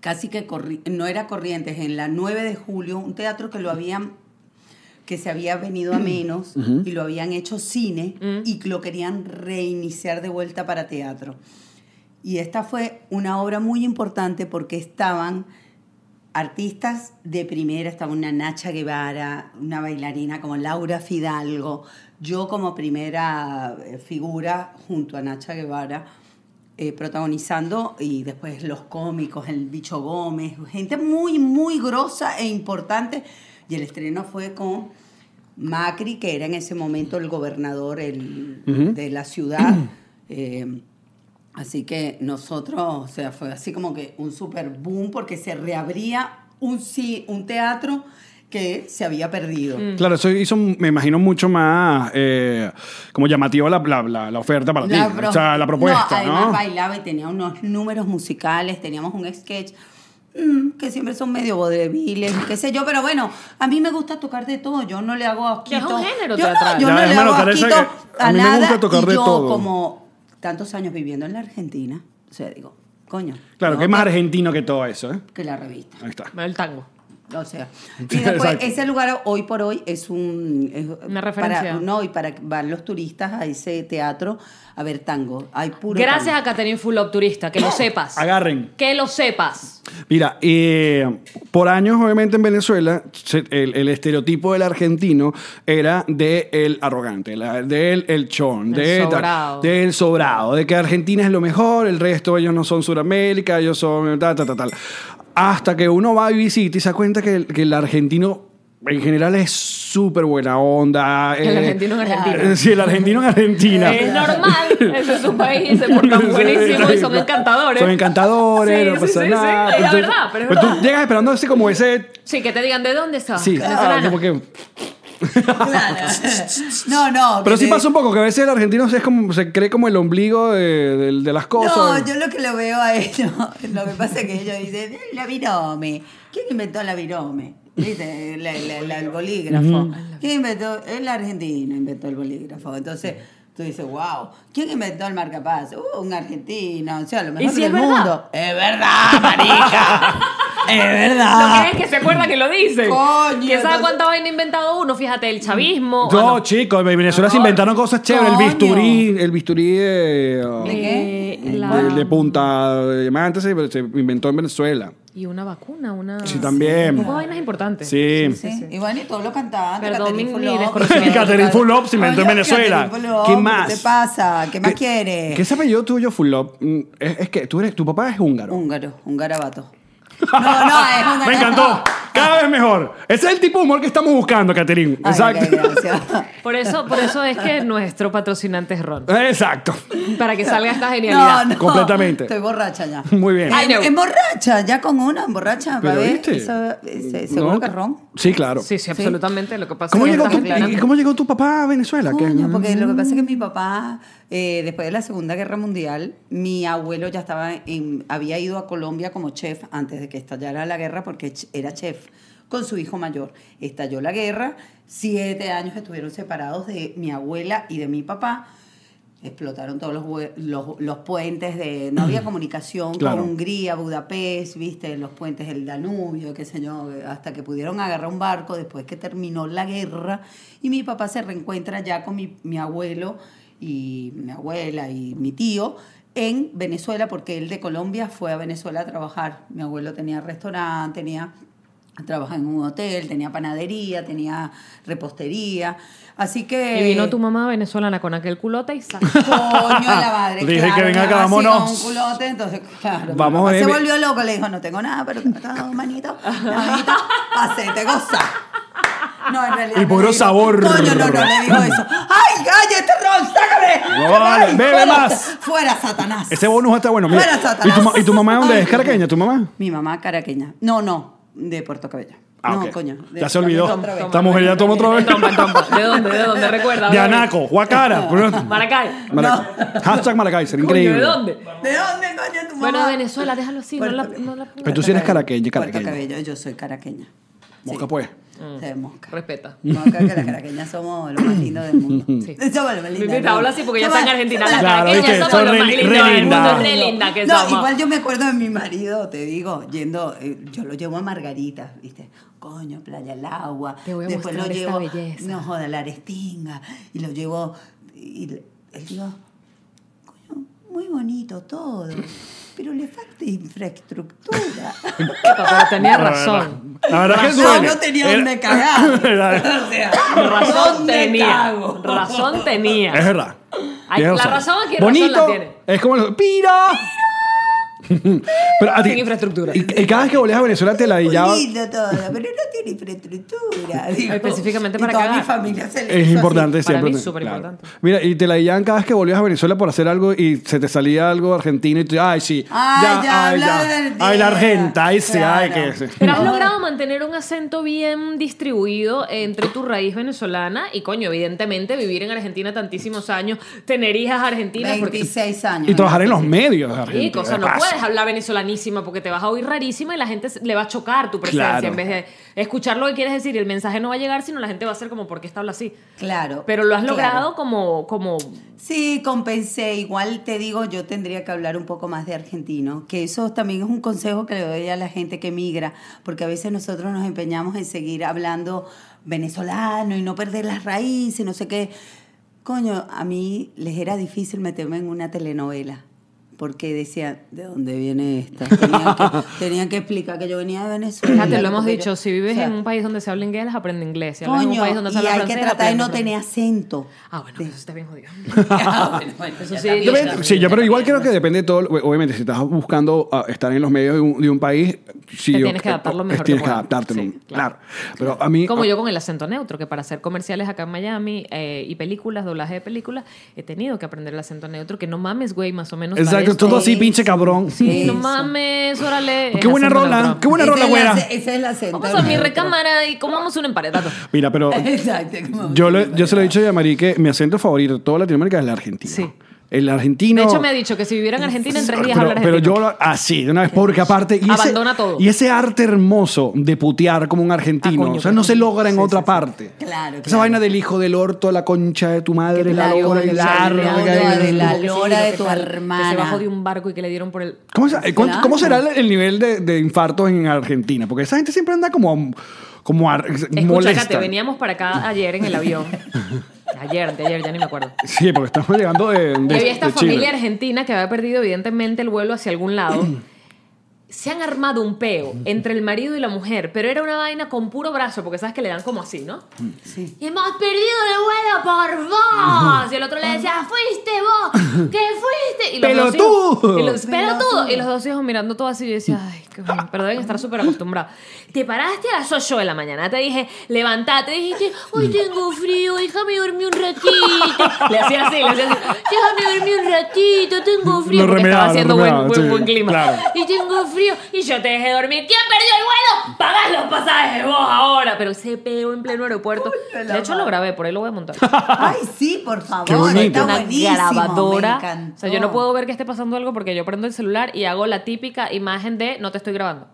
[SPEAKER 3] casi que corri- no era Corrientes, en la 9 de julio, un teatro que lo habían que se había venido a menos y lo habían hecho cine y lo querían reiniciar de vuelta para teatro. Y esta fue una obra muy importante porque estaban artistas de primera, estaba una Nacha Guevara, una bailarina como Laura Fidalgo, yo como primera eh, figura junto a Nacha Guevara, eh, protagonizando, y después los cómicos, el bicho Gómez, gente muy, muy grosa e importante. Y el estreno fue con Macri, que era en ese momento el gobernador el- de la ciudad. eh, Así que nosotros, o sea, fue así como que un super boom porque se reabría un, ci- un teatro que se había perdido.
[SPEAKER 2] Mm.
[SPEAKER 1] Claro, eso hizo, me imagino, mucho más eh, como llamativo la, la, la, la oferta para ti.
[SPEAKER 3] pro-
[SPEAKER 1] o sea, la
[SPEAKER 3] No,
[SPEAKER 1] propuesta, ¿no?
[SPEAKER 3] además bailaba y tenía unos números musicales, teníamos un sketch mm, que siempre son medio bodeviles, qué sé yo, pero bueno, a mí me gusta tocar de todo, yo no le hago asquito.
[SPEAKER 2] es un género
[SPEAKER 3] yo no,
[SPEAKER 2] teatral.
[SPEAKER 3] yo
[SPEAKER 5] Ya,
[SPEAKER 3] no le
[SPEAKER 5] hermano,
[SPEAKER 3] hago
[SPEAKER 5] Teresa,
[SPEAKER 3] asquito
[SPEAKER 5] que
[SPEAKER 3] a,
[SPEAKER 5] a mí me
[SPEAKER 3] nada.
[SPEAKER 5] gusta tocar
[SPEAKER 3] y
[SPEAKER 5] de
[SPEAKER 3] yo,
[SPEAKER 5] todo.
[SPEAKER 3] como tantos años viviendo en la Argentina, o sea, digo, coño.
[SPEAKER 5] Claro,
[SPEAKER 3] no,
[SPEAKER 5] que es más argentino que todo eso, ¿eh?
[SPEAKER 3] que la revista.
[SPEAKER 5] Ahí está.
[SPEAKER 2] Bueno, el tango.
[SPEAKER 3] O sea, y después
[SPEAKER 5] Exacto.
[SPEAKER 3] ese lugar hoy por hoy es un es
[SPEAKER 2] Una referencia.
[SPEAKER 3] para- no, y para que van los turistas a ese teatro a ver tango. Hay puro
[SPEAKER 2] Gracias a
[SPEAKER 3] tango.
[SPEAKER 2] Catherine Fulop, turista. Que lo sepas.
[SPEAKER 5] Agarren.
[SPEAKER 2] Que lo sepas.
[SPEAKER 1] Mira, eh, por años, obviamente, en Venezuela, se- el, el estereotipo del argentino era de el arrogante, la- del el chon,
[SPEAKER 2] El
[SPEAKER 1] de,
[SPEAKER 2] sobrado.
[SPEAKER 1] del sobrado, de que Argentina es lo mejor, el resto ellos no son Sudamérica, ellos son tal, tal, tal, tal. Hasta que uno va y visita y se da cuenta que el, que el argentino en general es súper buena onda.
[SPEAKER 2] El
[SPEAKER 1] eh,
[SPEAKER 2] argentino en Argentina. Eh,
[SPEAKER 1] eh, Sí, el argentino en Argentina.
[SPEAKER 2] Es normal, ese es su país,
[SPEAKER 1] eh,
[SPEAKER 2] se portan buenísimo y son encantadores.
[SPEAKER 1] Son encantadores,
[SPEAKER 2] Sí,
[SPEAKER 1] no
[SPEAKER 2] sí,
[SPEAKER 1] pasa
[SPEAKER 2] sí, sí.
[SPEAKER 1] nada.
[SPEAKER 2] Es
[SPEAKER 1] Pero
[SPEAKER 2] la
[SPEAKER 1] tú-
[SPEAKER 2] verdad, pero es
[SPEAKER 1] pero
[SPEAKER 2] verdad.
[SPEAKER 1] tú llegas esperando así como ese
[SPEAKER 2] Sí, que te digan de dónde estás.
[SPEAKER 1] Sí, ah,
[SPEAKER 2] venezolana.
[SPEAKER 1] como que-
[SPEAKER 3] Claro. No, no.
[SPEAKER 1] pero
[SPEAKER 3] que
[SPEAKER 1] sí
[SPEAKER 3] te-
[SPEAKER 1] pasa un poco, que a veces el argentino es como, se cree como el ombligo de, de- de las
[SPEAKER 3] No,
[SPEAKER 1] cosas.
[SPEAKER 3] yo lo que lo veo a ellos, lo que pasa es que ellos dicen, la virome. ¿Quién inventó la virome? ¿Viste? La- la- la- el bolígrafo. ¿Quién inventó? El argentino inventó el bolígrafo. Entonces tú dices, wow, ¿quién inventó el marcapaz? Uh, un argentino, o sea, lo mejor
[SPEAKER 2] si
[SPEAKER 3] del
[SPEAKER 2] es verdad?
[SPEAKER 3] mundo. Es verdad, marica. es
[SPEAKER 2] Lo
[SPEAKER 3] verdad.
[SPEAKER 1] Ah.
[SPEAKER 2] que es que se acuerda que lo dicen.
[SPEAKER 3] Coño,
[SPEAKER 2] ¿Quién sabe
[SPEAKER 3] entonces-
[SPEAKER 2] cuánta vaina ha inventado uno? Fíjate, el chavismo.
[SPEAKER 1] Yo,
[SPEAKER 2] ah, no.
[SPEAKER 1] chicos, en Venezuela se inventaron cosas chéveres. El
[SPEAKER 3] Coño.
[SPEAKER 1] bisturí, el bisturí de, oh,
[SPEAKER 3] ¿De qué?
[SPEAKER 2] Eh,
[SPEAKER 1] de-
[SPEAKER 2] la-
[SPEAKER 1] de punta de diamante se, se inventó en Venezuela.
[SPEAKER 2] Y una vacuna, una.
[SPEAKER 1] Sí, también.
[SPEAKER 2] Una vaina es importante.
[SPEAKER 1] Sí.
[SPEAKER 3] Sí, Y bueno, y todos los cantantes.
[SPEAKER 2] Perdón,
[SPEAKER 3] Catherine
[SPEAKER 2] mi-
[SPEAKER 3] Fulop,
[SPEAKER 2] mi
[SPEAKER 3] y
[SPEAKER 2] desconocimiento.
[SPEAKER 3] todo.
[SPEAKER 5] Catherine Fulop se inventó en
[SPEAKER 3] Coño,
[SPEAKER 5] Venezuela.
[SPEAKER 3] Catherine Fulop,
[SPEAKER 1] ¿Qué más?
[SPEAKER 3] ¿Qué te pasa? ¿Qué más quieres?
[SPEAKER 1] ¿Qué sabe yo tuyo, Fulop? Mm, Es, es que tú eres, tu papá es húngaro.
[SPEAKER 3] Húngaro, un garabato. No, no, es húngaro.
[SPEAKER 5] Me encantó. Cada vez mejor.
[SPEAKER 1] Ese es el tipo de humor que estamos buscando, Caterín.
[SPEAKER 3] Ay,
[SPEAKER 1] Exacto.
[SPEAKER 3] ok, gracias.
[SPEAKER 2] Por eso, por eso es que nuestro patrocinante es Ron.
[SPEAKER 1] Exacto.
[SPEAKER 2] Para que salga esta
[SPEAKER 3] No,
[SPEAKER 2] genialidad.
[SPEAKER 3] no.
[SPEAKER 1] Completamente.
[SPEAKER 3] Estoy borracha ya.
[SPEAKER 1] Muy bien.
[SPEAKER 3] Ay,
[SPEAKER 2] I know.
[SPEAKER 3] en borracha, ya con una, en borracha.
[SPEAKER 1] Pero,
[SPEAKER 3] a ver,
[SPEAKER 1] ¿viste?
[SPEAKER 3] eso- ese- seguro
[SPEAKER 1] No,
[SPEAKER 3] que ron.
[SPEAKER 1] Sí, claro.
[SPEAKER 2] Sí, sí, absolutamente. Lo que pasa
[SPEAKER 1] ¿Cómo,
[SPEAKER 2] es que
[SPEAKER 1] llegó
[SPEAKER 2] estás
[SPEAKER 1] tu,
[SPEAKER 2] aclarando.
[SPEAKER 1] ¿Y cómo llegó tu papá a Venezuela? ¿Qué?
[SPEAKER 3] Coño, porque lo que pasa es que mi papá, eh, después de la Segunda Guerra Mundial, mi abuelo ya estaba en, había ido a Colombia como chef antes de que estallara la guerra porque ch- era chef con su hijo mayor. Estalló la guerra, siete años estuvieron separados de mi abuela y de mi papá. Explotaron todos los, hue- los, los puentes, de, no había comunicación
[SPEAKER 1] Claro.
[SPEAKER 3] con Hungría, Budapest, viste, los puentes del Danubio, qué sé yo, hasta que pudieron agarrar un barco después que terminó la guerra. Y mi papá se reencuentra ya con mi, mi abuelo y mi abuela y mi tío en Venezuela, porque él de Colombia fue a Venezuela a trabajar. Mi abuelo tenía restaurante, tenía trabajaba en un hotel, tenía panadería, tenía repostería. Así que
[SPEAKER 2] Y vino tu mamá venezolana con aquel culote y sacó.
[SPEAKER 3] coño a la madre.
[SPEAKER 5] Dije
[SPEAKER 3] claro,
[SPEAKER 5] que venga
[SPEAKER 3] mi
[SPEAKER 5] acá,
[SPEAKER 3] mamá sí,
[SPEAKER 5] vámonos.
[SPEAKER 3] con un culote, entonces, claro.
[SPEAKER 1] Vamos,
[SPEAKER 3] mi mamá se
[SPEAKER 1] bebé.
[SPEAKER 3] volvió loco, le dijo, no tengo nada, pero tengo todo, manito, manito, pasete, goza. No, en realidad.
[SPEAKER 1] Y
[SPEAKER 3] no
[SPEAKER 1] puro
[SPEAKER 3] le dijo,
[SPEAKER 1] sabor.
[SPEAKER 3] Coño, no, no, le dijo eso. ¡Ay, cállate, Ron, sácame!
[SPEAKER 1] No, vale,
[SPEAKER 3] Ay,
[SPEAKER 1] bebe
[SPEAKER 3] fuera,
[SPEAKER 1] más.
[SPEAKER 3] Fuera, Satanás.
[SPEAKER 1] Ese bonus está bueno. Mira.
[SPEAKER 3] Fuera,
[SPEAKER 1] ¿Y,
[SPEAKER 3] Satanás.
[SPEAKER 1] tu, ma- ¿Y tu mamá de dónde
[SPEAKER 3] Ay,
[SPEAKER 1] es? ¿Caraqueña, tu mamá?
[SPEAKER 3] Mi mamá caraqueña. No, no, de Puerto Cabello.
[SPEAKER 1] Ah,
[SPEAKER 3] no,
[SPEAKER 1] ok.
[SPEAKER 3] coño. de
[SPEAKER 1] Ya se
[SPEAKER 3] Puerto
[SPEAKER 1] olvidó.
[SPEAKER 3] Cabello otra vez.
[SPEAKER 1] Esta mujer ya tomó otra vez.
[SPEAKER 2] Toma, toma. ¿De dónde? ¿De dónde? Recuerda.
[SPEAKER 5] De
[SPEAKER 2] brother.
[SPEAKER 5] Anaco, Huacara.
[SPEAKER 2] Maracay.
[SPEAKER 1] Maraca- Hashtag Maracaizer,
[SPEAKER 2] Coño,
[SPEAKER 1] increíble.
[SPEAKER 2] ¿De dónde?
[SPEAKER 3] ¿De dónde, coño, tu mamá?
[SPEAKER 2] Bueno, Venezuela, déjalo así. No la, no la
[SPEAKER 1] Pero tú sí eres caraqueña,
[SPEAKER 3] Puerto
[SPEAKER 1] caraqueña.
[SPEAKER 3] Cabello, yo soy caraqueña.
[SPEAKER 1] Mosca, pues.
[SPEAKER 3] De mosca.
[SPEAKER 2] Respeta.
[SPEAKER 3] Mosca, que las caraqueñas somos los más lindos del mundo.
[SPEAKER 2] Sí.
[SPEAKER 3] Somos los más lindos. del
[SPEAKER 2] Te hablo
[SPEAKER 3] mundo.
[SPEAKER 2] así porque ya
[SPEAKER 3] Somos-
[SPEAKER 2] está en Argentina.
[SPEAKER 3] somos
[SPEAKER 2] Las
[SPEAKER 5] Claro,
[SPEAKER 2] caraqueñas
[SPEAKER 5] ¿viste?
[SPEAKER 2] somos
[SPEAKER 5] Son
[SPEAKER 2] lo más
[SPEAKER 5] re-
[SPEAKER 2] lindo
[SPEAKER 5] re
[SPEAKER 2] del mundo.
[SPEAKER 5] lindas.
[SPEAKER 2] Re linda que
[SPEAKER 3] no,
[SPEAKER 2] somos.
[SPEAKER 3] igual yo me acuerdo de mi marido, te digo, yendo, eh, yo lo llevo a Margarita, ¿viste? Coño, playa el agua.
[SPEAKER 2] Te voy a
[SPEAKER 3] Después lo
[SPEAKER 2] mostrar esta
[SPEAKER 3] llevo,
[SPEAKER 2] belleza.
[SPEAKER 3] no joda, la arestinga. Y lo llevo, y le- él digo, coño, muy bonito todo, pero le falta infraestructura.
[SPEAKER 2] Epa, Pero tenía
[SPEAKER 5] La
[SPEAKER 2] razón.
[SPEAKER 5] verdad- La verdad que
[SPEAKER 3] no,
[SPEAKER 5] duele.
[SPEAKER 3] no tenía
[SPEAKER 5] Era-
[SPEAKER 3] dónde cagar.
[SPEAKER 5] Era-
[SPEAKER 3] O sea,
[SPEAKER 2] Razón
[SPEAKER 3] ¿dónde
[SPEAKER 2] tenía.
[SPEAKER 3] cago?
[SPEAKER 2] Razón
[SPEAKER 5] Es
[SPEAKER 2] tenía.
[SPEAKER 5] verdad.
[SPEAKER 2] Ay,
[SPEAKER 1] Tienes
[SPEAKER 2] la razón es que razón
[SPEAKER 1] Bonito.
[SPEAKER 2] la tiene.
[SPEAKER 1] Es como los. ¡Pira! Pero a ti-
[SPEAKER 2] Sin infraestructura.
[SPEAKER 1] Y, y cada vez que volvías a Venezuela te la
[SPEAKER 3] Muy
[SPEAKER 1] dillaba.
[SPEAKER 3] lindo todo, pero no tiene infraestructura. digo.
[SPEAKER 2] Específicamente
[SPEAKER 3] Y
[SPEAKER 2] para
[SPEAKER 3] toda
[SPEAKER 2] cagar.
[SPEAKER 3] mi familia se le
[SPEAKER 1] Es
[SPEAKER 3] hizo
[SPEAKER 1] importante
[SPEAKER 2] Para
[SPEAKER 1] siempre.
[SPEAKER 2] mí es súper importante.
[SPEAKER 1] Mira, y te la dillaban cada vez que volvías a Venezuela por hacer algo y se te salía algo argentino y tú, ay, sí.
[SPEAKER 3] Ay, ya
[SPEAKER 1] ay,
[SPEAKER 3] habla
[SPEAKER 1] ya.
[SPEAKER 3] del
[SPEAKER 1] Ay, la
[SPEAKER 3] día.
[SPEAKER 1] argenta, ay, sí, ay,
[SPEAKER 3] Claro.
[SPEAKER 1] que.
[SPEAKER 2] Pero has logrado mantener un acento bien distribuido entre tu raíz venezolana y, coño, evidentemente vivir en Argentina tantísimos años, tener hijas argentinas. porque-
[SPEAKER 3] 26 años.
[SPEAKER 1] Y trabajar en los
[SPEAKER 3] Sí.
[SPEAKER 1] medios, argentinos.
[SPEAKER 2] o sea, no
[SPEAKER 1] Pasa,
[SPEAKER 2] puedes hablar venezolanísima porque te vas a oír rarísima y la gente se- le va a chocar tu presencia
[SPEAKER 1] Claro.
[SPEAKER 2] en vez de escuchar lo que quieres decir y el mensaje no va a llegar, sino la gente va a ser como, ¿por qué está habla así?
[SPEAKER 3] Claro.
[SPEAKER 2] Pero lo has
[SPEAKER 3] claro.
[SPEAKER 2] logrado como, como...
[SPEAKER 3] Sí, compensé. Igual te digo, yo tendría que hablar un poco más de argentino, que eso también es un consejo que le doy a la gente que migra, porque a veces nosotros nos empeñamos en seguir hablando venezolano y no perder las raíces y no sé qué. Coño, a mí les era difícil meterme en una telenovela. Porque decían, ¿de dónde viene esta? Tenían que, tenían que explicar que yo venía de Venezuela.
[SPEAKER 2] Fíjate, lo hemos
[SPEAKER 3] porque yo-
[SPEAKER 2] dicho, si vives
[SPEAKER 3] o sea,
[SPEAKER 2] en un país donde se habla inglés, aprende inglés. Si hablas en un
[SPEAKER 3] Coño,
[SPEAKER 2] país donde se
[SPEAKER 3] y
[SPEAKER 2] habla
[SPEAKER 3] hay que
[SPEAKER 2] francés,
[SPEAKER 3] tratar de
[SPEAKER 2] aprende
[SPEAKER 3] no
[SPEAKER 2] francés.
[SPEAKER 3] tener acento.
[SPEAKER 2] Ah, bueno,
[SPEAKER 3] De-
[SPEAKER 2] eso está bien jodido.
[SPEAKER 3] Ah, bueno, bueno,
[SPEAKER 2] Eso
[SPEAKER 3] ya
[SPEAKER 2] sí,
[SPEAKER 3] también.
[SPEAKER 2] yo-
[SPEAKER 1] Depende- sí, yo pero igual creo que depende de todo. Obviamente, si estás buscando ah, estar en los medios de un, de un país, sí,
[SPEAKER 2] Te
[SPEAKER 1] yo-
[SPEAKER 2] tienes que adaptar lo mejor que
[SPEAKER 1] Tienes que
[SPEAKER 2] puedas.
[SPEAKER 1] adaptarte,
[SPEAKER 2] Sí,
[SPEAKER 1] claro.
[SPEAKER 2] claro.
[SPEAKER 1] Pero a mí.
[SPEAKER 2] Como
[SPEAKER 1] ah,
[SPEAKER 2] yo con el acento neutro, que para hacer comerciales acá en Miami eh, y películas, doblaje de películas, he tenido que aprender el acento neutro, que no mames, güey, más o menos. para
[SPEAKER 1] Exacto,
[SPEAKER 2] esto.
[SPEAKER 1] todo así,
[SPEAKER 3] es-
[SPEAKER 1] pinche cabrón.
[SPEAKER 2] Sí, no
[SPEAKER 3] Eso.
[SPEAKER 2] mames, órale.
[SPEAKER 1] Qué
[SPEAKER 2] el
[SPEAKER 1] buena
[SPEAKER 2] acento
[SPEAKER 1] rola,
[SPEAKER 2] neutro.
[SPEAKER 1] qué buena
[SPEAKER 3] Ese
[SPEAKER 1] rola,
[SPEAKER 3] es el
[SPEAKER 1] güera.
[SPEAKER 3] ace- Ese es el acento.
[SPEAKER 2] Vamos a mi
[SPEAKER 3] neutro.
[SPEAKER 2] recámara y comamos un emparedado.
[SPEAKER 1] Mira, pero
[SPEAKER 3] Exacto. como-
[SPEAKER 1] yo, le- yo se lo he dicho a Yamari que mi acento favorito de toda Latinoamérica es el argentino.
[SPEAKER 2] Sí.
[SPEAKER 1] El argentino.
[SPEAKER 2] De hecho, me ha dicho que si viviera en Argentina, en tres días
[SPEAKER 1] pero,
[SPEAKER 2] hablar
[SPEAKER 1] pero
[SPEAKER 2] argentino.
[SPEAKER 1] yo lo- así, de una vez, porque aparte. y ese-
[SPEAKER 2] Abandona todo.
[SPEAKER 1] Y ese arte hermoso de putear como un argentino.
[SPEAKER 2] Ah, coño,
[SPEAKER 1] o sea,
[SPEAKER 2] pero-
[SPEAKER 1] no se logra en
[SPEAKER 2] sí,
[SPEAKER 1] otra
[SPEAKER 2] sí, sí.
[SPEAKER 1] parte.
[SPEAKER 3] Claro,
[SPEAKER 1] Esa
[SPEAKER 3] claro.
[SPEAKER 1] vaina del hijo del orto, la concha de tu madre, la
[SPEAKER 3] Claro,
[SPEAKER 1] lora, el
[SPEAKER 3] la
[SPEAKER 1] largo.
[SPEAKER 3] lora,
[SPEAKER 1] que-
[SPEAKER 3] de la
[SPEAKER 2] Que sí,
[SPEAKER 3] lora
[SPEAKER 2] lo
[SPEAKER 3] de
[SPEAKER 2] que
[SPEAKER 3] tu
[SPEAKER 2] tal, Que se
[SPEAKER 3] hermana.
[SPEAKER 2] bajó de un barco y que le dieron por el.
[SPEAKER 1] ¿Cómo, se- eh, cuánto-
[SPEAKER 3] Claro.
[SPEAKER 1] cómo será el, el nivel de, de infartos en Argentina? Porque esa gente siempre anda como, como ar-
[SPEAKER 2] Escucha,
[SPEAKER 1] molesta.
[SPEAKER 2] Cate, veníamos para acá ayer en el avión. Ayer, de ayer, ya ni me acuerdo.
[SPEAKER 1] Sí, porque estamos llegando de, de,
[SPEAKER 2] Y
[SPEAKER 3] este
[SPEAKER 2] había esta
[SPEAKER 1] de Chile.
[SPEAKER 2] familia argentina que había perdido evidentemente el vuelo hacia algún lado. Se han armado un peo entre el marido y la mujer, pero era una vaina con puro brazo, porque sabes que le dan como así, ¿no?
[SPEAKER 3] Sí.
[SPEAKER 2] Y hemos perdido el vuelo por vos. Y el otro le decía, fuiste vos, que fuiste. Y los dos hijos-
[SPEAKER 1] ¡Pelotudo!
[SPEAKER 2] y los-
[SPEAKER 3] ¡Pelotudo!
[SPEAKER 2] ¡Pelotudo! Y los dos hijos mirando todo así. Y yo decía, ay, qué bueno, pero deben estar súper acostumbrados. Te paraste a las 8 de la mañana. Te dije, levantate. Dijiste, hoy tengo frío, déjame dormir un ratito. Le hacía así, le hacía así. Déjame dormir un ratito, tengo frío.
[SPEAKER 1] Lo
[SPEAKER 2] porque
[SPEAKER 1] remedaba,
[SPEAKER 2] estaba
[SPEAKER 1] lo
[SPEAKER 2] haciendo buen,
[SPEAKER 1] remedaba,
[SPEAKER 2] buen-
[SPEAKER 1] sí,
[SPEAKER 2] buen clima.
[SPEAKER 1] claro.
[SPEAKER 2] Y tengo frío. Y yo te dejé dormir. ¿Quién perdió el vuelo? Pagás los pasajes vos ahora. Pero se pegó en pleno aeropuerto.
[SPEAKER 3] Coño, la
[SPEAKER 2] De hecho,
[SPEAKER 3] madre.
[SPEAKER 2] lo grabé, por ahí lo voy a montar.
[SPEAKER 3] Ay, sí, por favor.
[SPEAKER 1] Qué bonito.
[SPEAKER 3] Está
[SPEAKER 2] una
[SPEAKER 3] buenísimo. Me
[SPEAKER 2] grabadora.
[SPEAKER 3] encantó.
[SPEAKER 2] O sea, yo no puedo ver que esté pasando algo porque yo prendo el celular y hago la típica imagen de no te estoy grabando.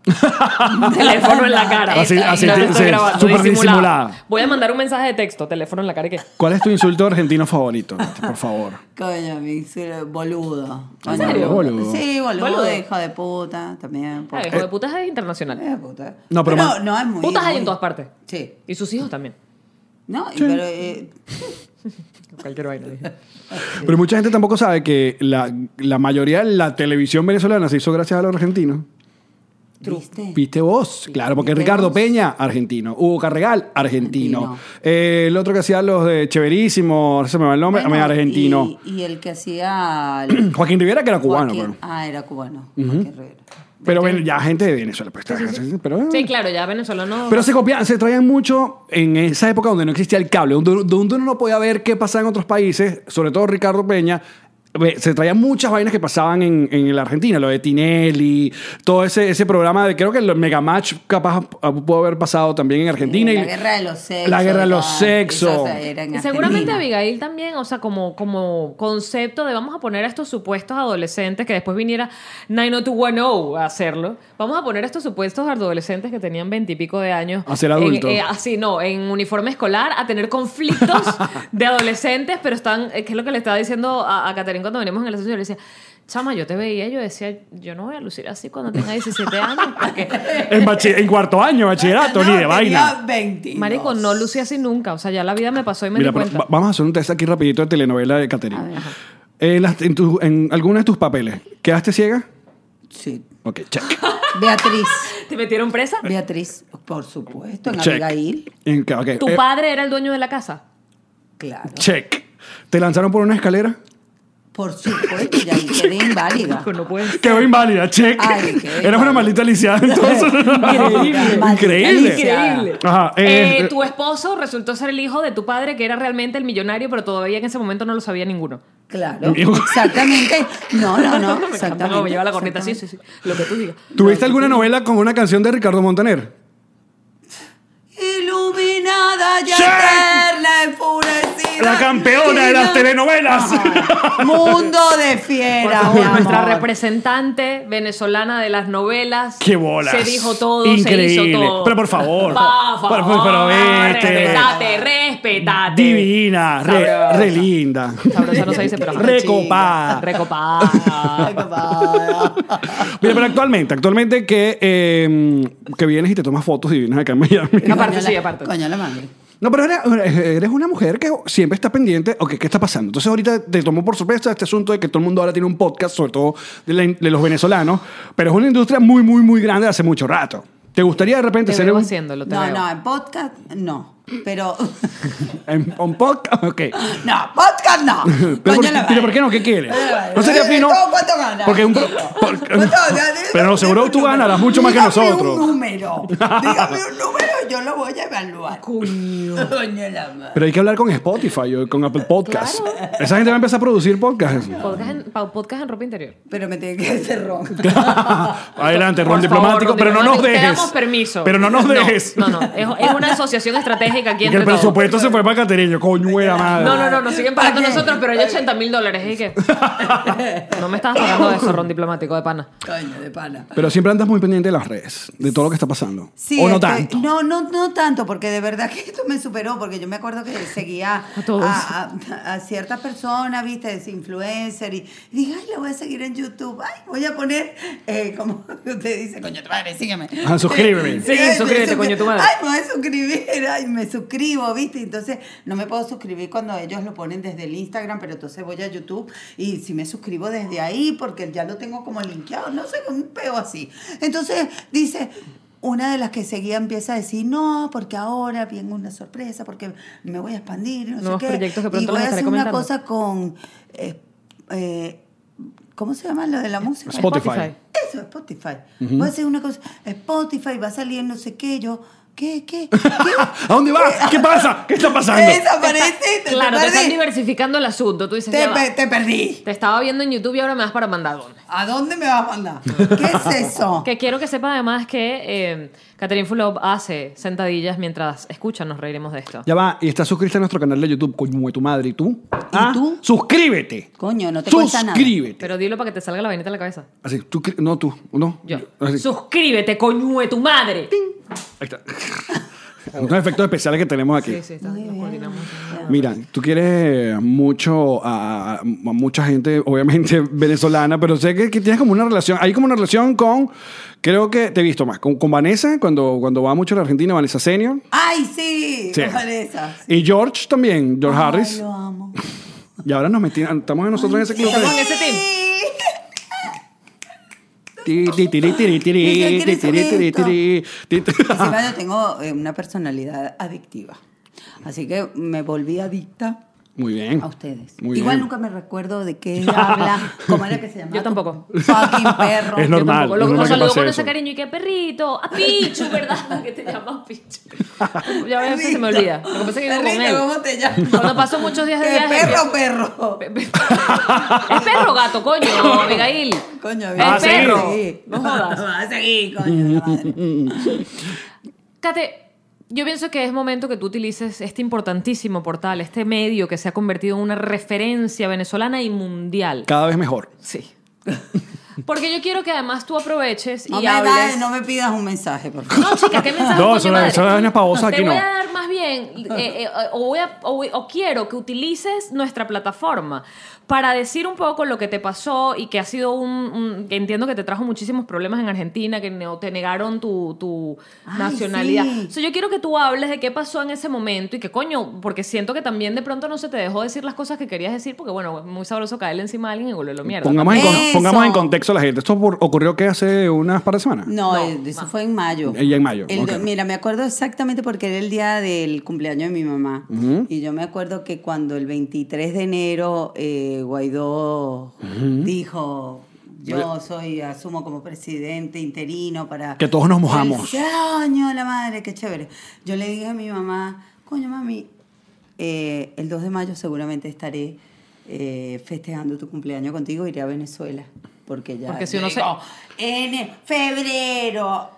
[SPEAKER 2] teléfono en la cara.
[SPEAKER 1] Así- así
[SPEAKER 2] no te
[SPEAKER 1] te-
[SPEAKER 2] estoy
[SPEAKER 1] sí,
[SPEAKER 2] grabando.
[SPEAKER 1] súper
[SPEAKER 2] disimulada.
[SPEAKER 1] disimulada.
[SPEAKER 2] Voy a mandar un mensaje de texto, teléfono en la cara y qué.
[SPEAKER 1] ¿Cuál es tu insulto argentino favorito? Nati, Por favor.
[SPEAKER 3] Coño, mi cielo, boludo.
[SPEAKER 1] ¿En
[SPEAKER 3] Coño,
[SPEAKER 1] serio? Boludo.
[SPEAKER 3] Sí, boludo,
[SPEAKER 2] Boludo.
[SPEAKER 3] hijo de puta. También.
[SPEAKER 2] Ah,
[SPEAKER 3] porque-
[SPEAKER 2] hijo de putas es internacional.
[SPEAKER 3] Hijo de puta.
[SPEAKER 1] No, pero más-
[SPEAKER 3] No, no, es muy.
[SPEAKER 2] Putas hay
[SPEAKER 3] muy-
[SPEAKER 2] en todas partes.
[SPEAKER 3] Sí.
[SPEAKER 2] Y sus hijos también.
[SPEAKER 3] No, y pero. eh,
[SPEAKER 2] Cualquier vaina. dije.
[SPEAKER 1] Pero mucha gente tampoco sabe que la, la mayoría de la televisión venezolana se hizo gracias a los argentinos.
[SPEAKER 3] ¿Viste?
[SPEAKER 1] Viste vos, claro, porque
[SPEAKER 3] Viste
[SPEAKER 1] Ricardo
[SPEAKER 3] vos.
[SPEAKER 1] Peña, argentino. Hugo Carregal, argentino.
[SPEAKER 3] Argentino.
[SPEAKER 1] Eh, el otro que hacía los de Cheverísimo, ahora se me va el nombre,
[SPEAKER 3] Bueno,
[SPEAKER 1] argentino.
[SPEAKER 3] Y, y el que hacía. el-
[SPEAKER 1] Joaquín Rivera, que era cubano,
[SPEAKER 3] Joaquín-
[SPEAKER 1] pero,
[SPEAKER 3] Ah, era cubano. Joaquín Rivera.
[SPEAKER 1] pero bueno, ya gente de Venezuela. pues, Pero,
[SPEAKER 2] Sí, claro, ya venezolano.
[SPEAKER 1] Pero se copiaban, se traían mucho en esa época donde no existía el cable, donde, donde uno no podía ver qué pasaba en otros países, sobre todo Ricardo Peña. ve, Se traían muchas vainas que pasaban en, en la Argentina, lo de Tinelli, todo ese, ese programa de creo que el Megamatch capaz ah, pudo haber pasado también en Argentina.
[SPEAKER 3] La
[SPEAKER 1] y-
[SPEAKER 3] guerra de los sexos.
[SPEAKER 1] La guerra de los
[SPEAKER 3] tal.
[SPEAKER 1] sexos.
[SPEAKER 3] Eso, o sea, era en
[SPEAKER 2] Y Seguramente
[SPEAKER 3] Argentina.
[SPEAKER 2] Abigail también, o sea, como, como concepto de vamos a poner a estos supuestos adolescentes que después viniera 90210 a hacerlo. Vamos a poner a estos supuestos adolescentes que tenían veintipico de años.
[SPEAKER 1] A ser
[SPEAKER 2] en-
[SPEAKER 1] adultos.
[SPEAKER 2] eh, así, no, en uniforme escolar, a tener conflictos de adolescentes, pero están. eh, ¿Qué es lo que le estaba diciendo a, a Caterín cuando venimos en el ascensor? Yo Le decía. Chama, yo te veía y yo decía, yo no voy a lucir así cuando tenga 17 años, porque
[SPEAKER 1] En, bachi- en cuarto año, bachillerato,
[SPEAKER 3] No,
[SPEAKER 1] ni de vaina.
[SPEAKER 3] tenía 22.
[SPEAKER 2] Marico, no lucí así nunca. O sea, ya la vida me pasó y me
[SPEAKER 1] Mira,
[SPEAKER 2] di
[SPEAKER 1] pero
[SPEAKER 2] cuenta.
[SPEAKER 1] va- vamos a hacer un test aquí rapidito de telenovela de Caterina. En, las- en tu- en alguna de tus papeles, ¿quedaste ciega?
[SPEAKER 3] Sí.
[SPEAKER 1] Ok, check.
[SPEAKER 3] Beatriz.
[SPEAKER 2] ¿Te metieron presa?
[SPEAKER 3] Beatriz, por supuesto, en
[SPEAKER 1] check.
[SPEAKER 3] Abigail.
[SPEAKER 1] En- ok,
[SPEAKER 2] ¿Tu
[SPEAKER 1] eh,
[SPEAKER 2] padre era el dueño de la casa?
[SPEAKER 3] Claro.
[SPEAKER 1] Check. ¿Te lanzaron por una escalera?
[SPEAKER 3] Por supuesto, y ahí quedé inválida.
[SPEAKER 2] no puedes.
[SPEAKER 1] Quedó inválida, check.
[SPEAKER 3] Ay, qué
[SPEAKER 1] Eres una
[SPEAKER 3] inválida.
[SPEAKER 1] maldita lisiada entonces.
[SPEAKER 3] Maldita
[SPEAKER 1] Increíble.
[SPEAKER 3] lisiada.
[SPEAKER 2] Increíble.
[SPEAKER 1] Ajá, eh,
[SPEAKER 2] tu esposo resultó ser el hijo de tu padre, que era realmente el millonario, pero todavía en ese momento no lo sabía ninguno.
[SPEAKER 3] Claro.
[SPEAKER 1] Yo-
[SPEAKER 3] Exactamente. No, Ah, no, no.
[SPEAKER 2] Me encanta
[SPEAKER 3] Exactamente.
[SPEAKER 2] cómo me lleva la corneta. Sí, sí, sí. Lo que tú digas.
[SPEAKER 1] ¿Tuviste alguna novela con una canción de Ricardo Montaner?
[SPEAKER 3] Iluminada y
[SPEAKER 1] Check.
[SPEAKER 3] eterna, enfurecida.
[SPEAKER 1] la campeona de las telenovelas.
[SPEAKER 3] Ajá. Mundo de fiera,
[SPEAKER 2] Por favor,
[SPEAKER 3] mi
[SPEAKER 2] nuestra
[SPEAKER 3] amor.
[SPEAKER 2] representante venezolana de las novelas.
[SPEAKER 1] ¡Qué bolas!
[SPEAKER 2] Se dijo todo, se
[SPEAKER 1] Increíble.
[SPEAKER 2] hizo todo.
[SPEAKER 1] Pero por favor.
[SPEAKER 2] Pa, favor,
[SPEAKER 1] Pero- pero- pero vete.
[SPEAKER 2] respetate, respetate.
[SPEAKER 1] Divina, re,
[SPEAKER 2] Sabrosa.
[SPEAKER 1] re linda.
[SPEAKER 2] Sabrosa no se dice, pero ajá.
[SPEAKER 1] Recopada.
[SPEAKER 3] Ay,
[SPEAKER 2] Recopada.
[SPEAKER 3] papá.
[SPEAKER 1] Mira, pero actualmente, actualmente que, eh, que vienes y te tomas fotos y vienes acá en Miami.
[SPEAKER 2] aparte,
[SPEAKER 3] Coño
[SPEAKER 2] sí,
[SPEAKER 3] la-
[SPEAKER 2] aparte.
[SPEAKER 3] Coño la madre.
[SPEAKER 1] No, pero eres, eres una mujer que siempre está pendiente, o que qué está pasando. Entonces ahorita te tomó por sorpresa este asunto de que todo el mundo ahora tiene un podcast, sobre todo de, la in- de los venezolanos, pero es una industria muy, muy, muy grande de hace mucho rato. ¿Te gustaría de repente
[SPEAKER 2] Te
[SPEAKER 1] ser
[SPEAKER 2] veo
[SPEAKER 1] un,
[SPEAKER 2] haciéndolo, te
[SPEAKER 3] No,
[SPEAKER 2] veo.
[SPEAKER 3] no, en podcast no. Pero.
[SPEAKER 1] en- un podcast? Ok.
[SPEAKER 3] No, podcast no.
[SPEAKER 1] Pero, por,
[SPEAKER 3] Ah. Coño la
[SPEAKER 1] pero
[SPEAKER 3] madre.
[SPEAKER 1] ¿por qué no? ¿Qué quieres?
[SPEAKER 3] Coño la madre.
[SPEAKER 1] No sería fino.
[SPEAKER 3] ¿Cómo ¿Cuánto ganas?
[SPEAKER 1] Porque un pro- porque- pero seguro tú ganarás mucho más que
[SPEAKER 3] Dígame
[SPEAKER 1] nosotros.
[SPEAKER 3] un número. Dígame un número y yo lo voy a evaluar. Coño. la madre.
[SPEAKER 1] Pero hay que hablar con Spotify o con Apple Podcasts. Esa gente va a empezar a producir podcasts.
[SPEAKER 2] Podcast en, pa- podcast en ropa interior.
[SPEAKER 3] Pero me tiene que hacer ron.
[SPEAKER 1] Adelante,
[SPEAKER 2] Por
[SPEAKER 1] ron
[SPEAKER 2] favor,
[SPEAKER 1] diplomático,
[SPEAKER 2] don
[SPEAKER 1] pero no nos
[SPEAKER 2] diplomático,
[SPEAKER 1] dejes.
[SPEAKER 2] Te damos permiso.
[SPEAKER 1] Pero no nos dejes.
[SPEAKER 2] No, no, es, es una asociación estratégica aquí
[SPEAKER 1] Y que
[SPEAKER 2] entre
[SPEAKER 1] el
[SPEAKER 2] todos.
[SPEAKER 1] presupuesto se fue para Caterillo, coño de la madre.
[SPEAKER 2] No, no, no, nos siguen
[SPEAKER 3] ¿Para
[SPEAKER 2] pagando
[SPEAKER 3] qué?
[SPEAKER 2] nosotros, pero hay 80 mil dólares. ¿Y qué? No me estabas pagando eso, ron diplomático de pana.
[SPEAKER 3] Coño, de pana.
[SPEAKER 1] Pero siempre andas muy pendiente de las redes, de todo lo que está pasando.
[SPEAKER 3] Sí,
[SPEAKER 1] o no
[SPEAKER 3] este,
[SPEAKER 1] tanto.
[SPEAKER 3] No, no, no tanto, porque de verdad que esto me superó, porque yo me acuerdo que seguía
[SPEAKER 2] A todos.
[SPEAKER 3] a, a- a cierta persona, viste, es influencer, y, y dije, ay, la voy a seguir en YouTube, ay, voy a poner, eh, como usted dice, coño tu madre, sígueme.
[SPEAKER 1] Ah, suscríbeme.
[SPEAKER 2] Sí,
[SPEAKER 3] Ay, me
[SPEAKER 2] suscríbete,
[SPEAKER 3] suscri-
[SPEAKER 2] coño tu madre.
[SPEAKER 3] Ay, me voy a suscribir, ay, me suscribo, viste, entonces no me puedo suscribir cuando ellos lo ponen desde el Instagram, pero entonces voy a YouTube y si me suscribo desde ahí, porque ya lo tengo como linkeado, no sé, un peo así. Entonces dice... Una de las que seguía empieza a decir, no, porque ahora viene una sorpresa, porque me voy a expandir, no
[SPEAKER 2] Nuevos
[SPEAKER 3] sé qué.
[SPEAKER 2] proyectos que pronto
[SPEAKER 3] y
[SPEAKER 2] los
[SPEAKER 3] voy a
[SPEAKER 2] estaré
[SPEAKER 3] hacer una
[SPEAKER 2] comentando.
[SPEAKER 3] cosa con, eh, eh, ¿cómo se llama lo de la música?
[SPEAKER 1] Spotify.
[SPEAKER 3] Eso, Spotify. Voy a hacer una cosa. Spotify va a salir no sé qué. Yo, ¿qué? ¿Qué? ¿Qué?
[SPEAKER 1] ¿A dónde vas? ¿Qué pasa? ¿Qué está pasando?
[SPEAKER 3] Desapareciste.
[SPEAKER 2] Claro, te
[SPEAKER 3] te
[SPEAKER 2] están
[SPEAKER 3] perdí.
[SPEAKER 2] diversificando el asunto. Tú dices,
[SPEAKER 3] Te,
[SPEAKER 2] ya va,
[SPEAKER 3] pe- te perdí.
[SPEAKER 2] te estaba viendo en YouTube y ahora me das para mandar dónde.
[SPEAKER 3] ¿A dónde me vas a mandar? ¿Qué es eso?
[SPEAKER 2] Que quiero que sepa además que eh, Catherine Fulop hace sentadillas mientras escucha, nos reiremos de esto.
[SPEAKER 1] Ya va, y estás suscrita a nuestro canal de YouTube, coño de tu madre. ¿Y tú? ¿Y
[SPEAKER 3] tú?
[SPEAKER 1] Suscríbete.
[SPEAKER 3] Coño, no te cuesta nada.
[SPEAKER 1] Suscríbete.
[SPEAKER 2] Pero dilo para que te salga la vainita en la cabeza.
[SPEAKER 1] Así, tú, cri- no tú, no.
[SPEAKER 2] Yo.
[SPEAKER 1] Así.
[SPEAKER 2] Suscríbete, coño de tu madre.
[SPEAKER 1] Ahí está. Unos efectos especiales que tenemos aquí.
[SPEAKER 2] Sí, sí, está, nos coordinamos.
[SPEAKER 1] Mira, tú quieres mucho a, a mucha gente, obviamente venezolana, pero sé que, que tienes como una relación, hay como una relación con, creo que te he visto más, con, con Vanessa, cuando, cuando va mucho a la Argentina, Vanessa Senior.
[SPEAKER 3] Ay, sí.
[SPEAKER 1] Sí.
[SPEAKER 3] Vanessa.
[SPEAKER 1] Y George también, George
[SPEAKER 3] Ay,
[SPEAKER 1] Harris.
[SPEAKER 3] lo amo.
[SPEAKER 1] Y ahora nos metimos, estamos nosotros en ese club.
[SPEAKER 2] Estamos en ese team.
[SPEAKER 1] Ti, ti, tiri, tiri, tiri,
[SPEAKER 3] Dice,
[SPEAKER 1] ti,
[SPEAKER 3] ¿quieres
[SPEAKER 1] tiri, tiri,
[SPEAKER 3] esto?
[SPEAKER 1] tiri, ti, ti.
[SPEAKER 3] Encima yo tengo eh, una personalidad adictiva. Así que me volví adicta
[SPEAKER 1] Muy bien.
[SPEAKER 3] a ustedes.
[SPEAKER 1] Muy
[SPEAKER 3] Igual
[SPEAKER 1] bien.
[SPEAKER 3] nunca me recuerdo de qué habla, cómo era que se llamaba.
[SPEAKER 2] Yo
[SPEAKER 3] tu
[SPEAKER 2] tampoco.
[SPEAKER 3] Fucking perro.
[SPEAKER 1] Es
[SPEAKER 2] Yo
[SPEAKER 1] normal.
[SPEAKER 2] tampoco.
[SPEAKER 1] es
[SPEAKER 2] Lo,
[SPEAKER 1] normal
[SPEAKER 2] lo
[SPEAKER 1] que
[SPEAKER 2] saludo
[SPEAKER 1] pase
[SPEAKER 2] con
[SPEAKER 1] eso.
[SPEAKER 2] ese cariño y qué perrito. A Pichu, ¿verdad? Que te llamas Pichu. Ya ves que se me olvida. Lo que pasa es que vivo con
[SPEAKER 3] Perrito,
[SPEAKER 2] él.
[SPEAKER 3] ¿cómo te llamas?
[SPEAKER 2] Cuando paso muchos días de
[SPEAKER 3] Que
[SPEAKER 2] viaje.
[SPEAKER 3] perro, perro.
[SPEAKER 2] Pe- pe- es perro o gato, coño, Abigail.
[SPEAKER 3] Coño,
[SPEAKER 2] es
[SPEAKER 1] Va a seguir.
[SPEAKER 2] perro.
[SPEAKER 3] Sí.
[SPEAKER 2] No jodas.
[SPEAKER 3] Va a seguir, coño. madre.
[SPEAKER 2] Cate, yo pienso que es momento que tú utilices este importantísimo portal, este medio que se ha convertido en una referencia venezolana y mundial.
[SPEAKER 1] Cada vez mejor.
[SPEAKER 2] Sí. Porque yo quiero que además tú aproveches
[SPEAKER 3] No
[SPEAKER 2] y
[SPEAKER 3] me,
[SPEAKER 2] hables.
[SPEAKER 3] da- no me pidas un mensaje, por favor.
[SPEAKER 2] No, chica, ¿qué mensaje?
[SPEAKER 1] No,
[SPEAKER 2] coño
[SPEAKER 1] eso no-
[SPEAKER 2] madre?
[SPEAKER 1] eso no es una pavosa
[SPEAKER 2] Te
[SPEAKER 1] aquí,
[SPEAKER 2] voy
[SPEAKER 1] no.
[SPEAKER 2] a dar más bien, eh, eh, o, voy a- o voy- o quiero que utilices nuestra plataforma para decir un poco lo que te pasó y que ha sido un, un- que entiendo que te trajo muchísimos problemas en Argentina, que no- te negaron tu, tu
[SPEAKER 3] Ay,
[SPEAKER 2] nacionalidad.
[SPEAKER 3] sí.
[SPEAKER 2] O sea, yo quiero que tú hables de qué pasó en ese momento y que coño, porque siento que también de pronto no se te dejó decir las cosas que querías decir, porque bueno, es muy sabroso caerle encima a alguien y volverlo mierda.
[SPEAKER 1] Pongamos en, con-
[SPEAKER 3] Eso.
[SPEAKER 1] pongamos en contexto a la gente. Esto por- ocurrió que hace unas par de semanas.
[SPEAKER 3] No,
[SPEAKER 2] No,
[SPEAKER 3] eh, eso
[SPEAKER 2] más.
[SPEAKER 3] fue en mayo.
[SPEAKER 1] Eh, ya en mayo,
[SPEAKER 3] El do-
[SPEAKER 1] ok.
[SPEAKER 3] Mira, me acuerdo exactamente porque era el día del cumpleaños de mi mamá. Y yo me acuerdo que cuando el 23 de enero eh, Guaidó dijo, yo soy, asumo como presidente interino para...
[SPEAKER 1] Que todos nos mojamos.
[SPEAKER 3] El Coño, la madre, qué chévere. Yo le dije a mi mamá, coño, mami, eh, el 2 de mayo seguramente estaré eh, festejando tu cumpleaños contigo, iré a Venezuela. Porque ya...
[SPEAKER 2] Porque si uno
[SPEAKER 3] Yo
[SPEAKER 2] se-
[SPEAKER 3] digo, en febrero.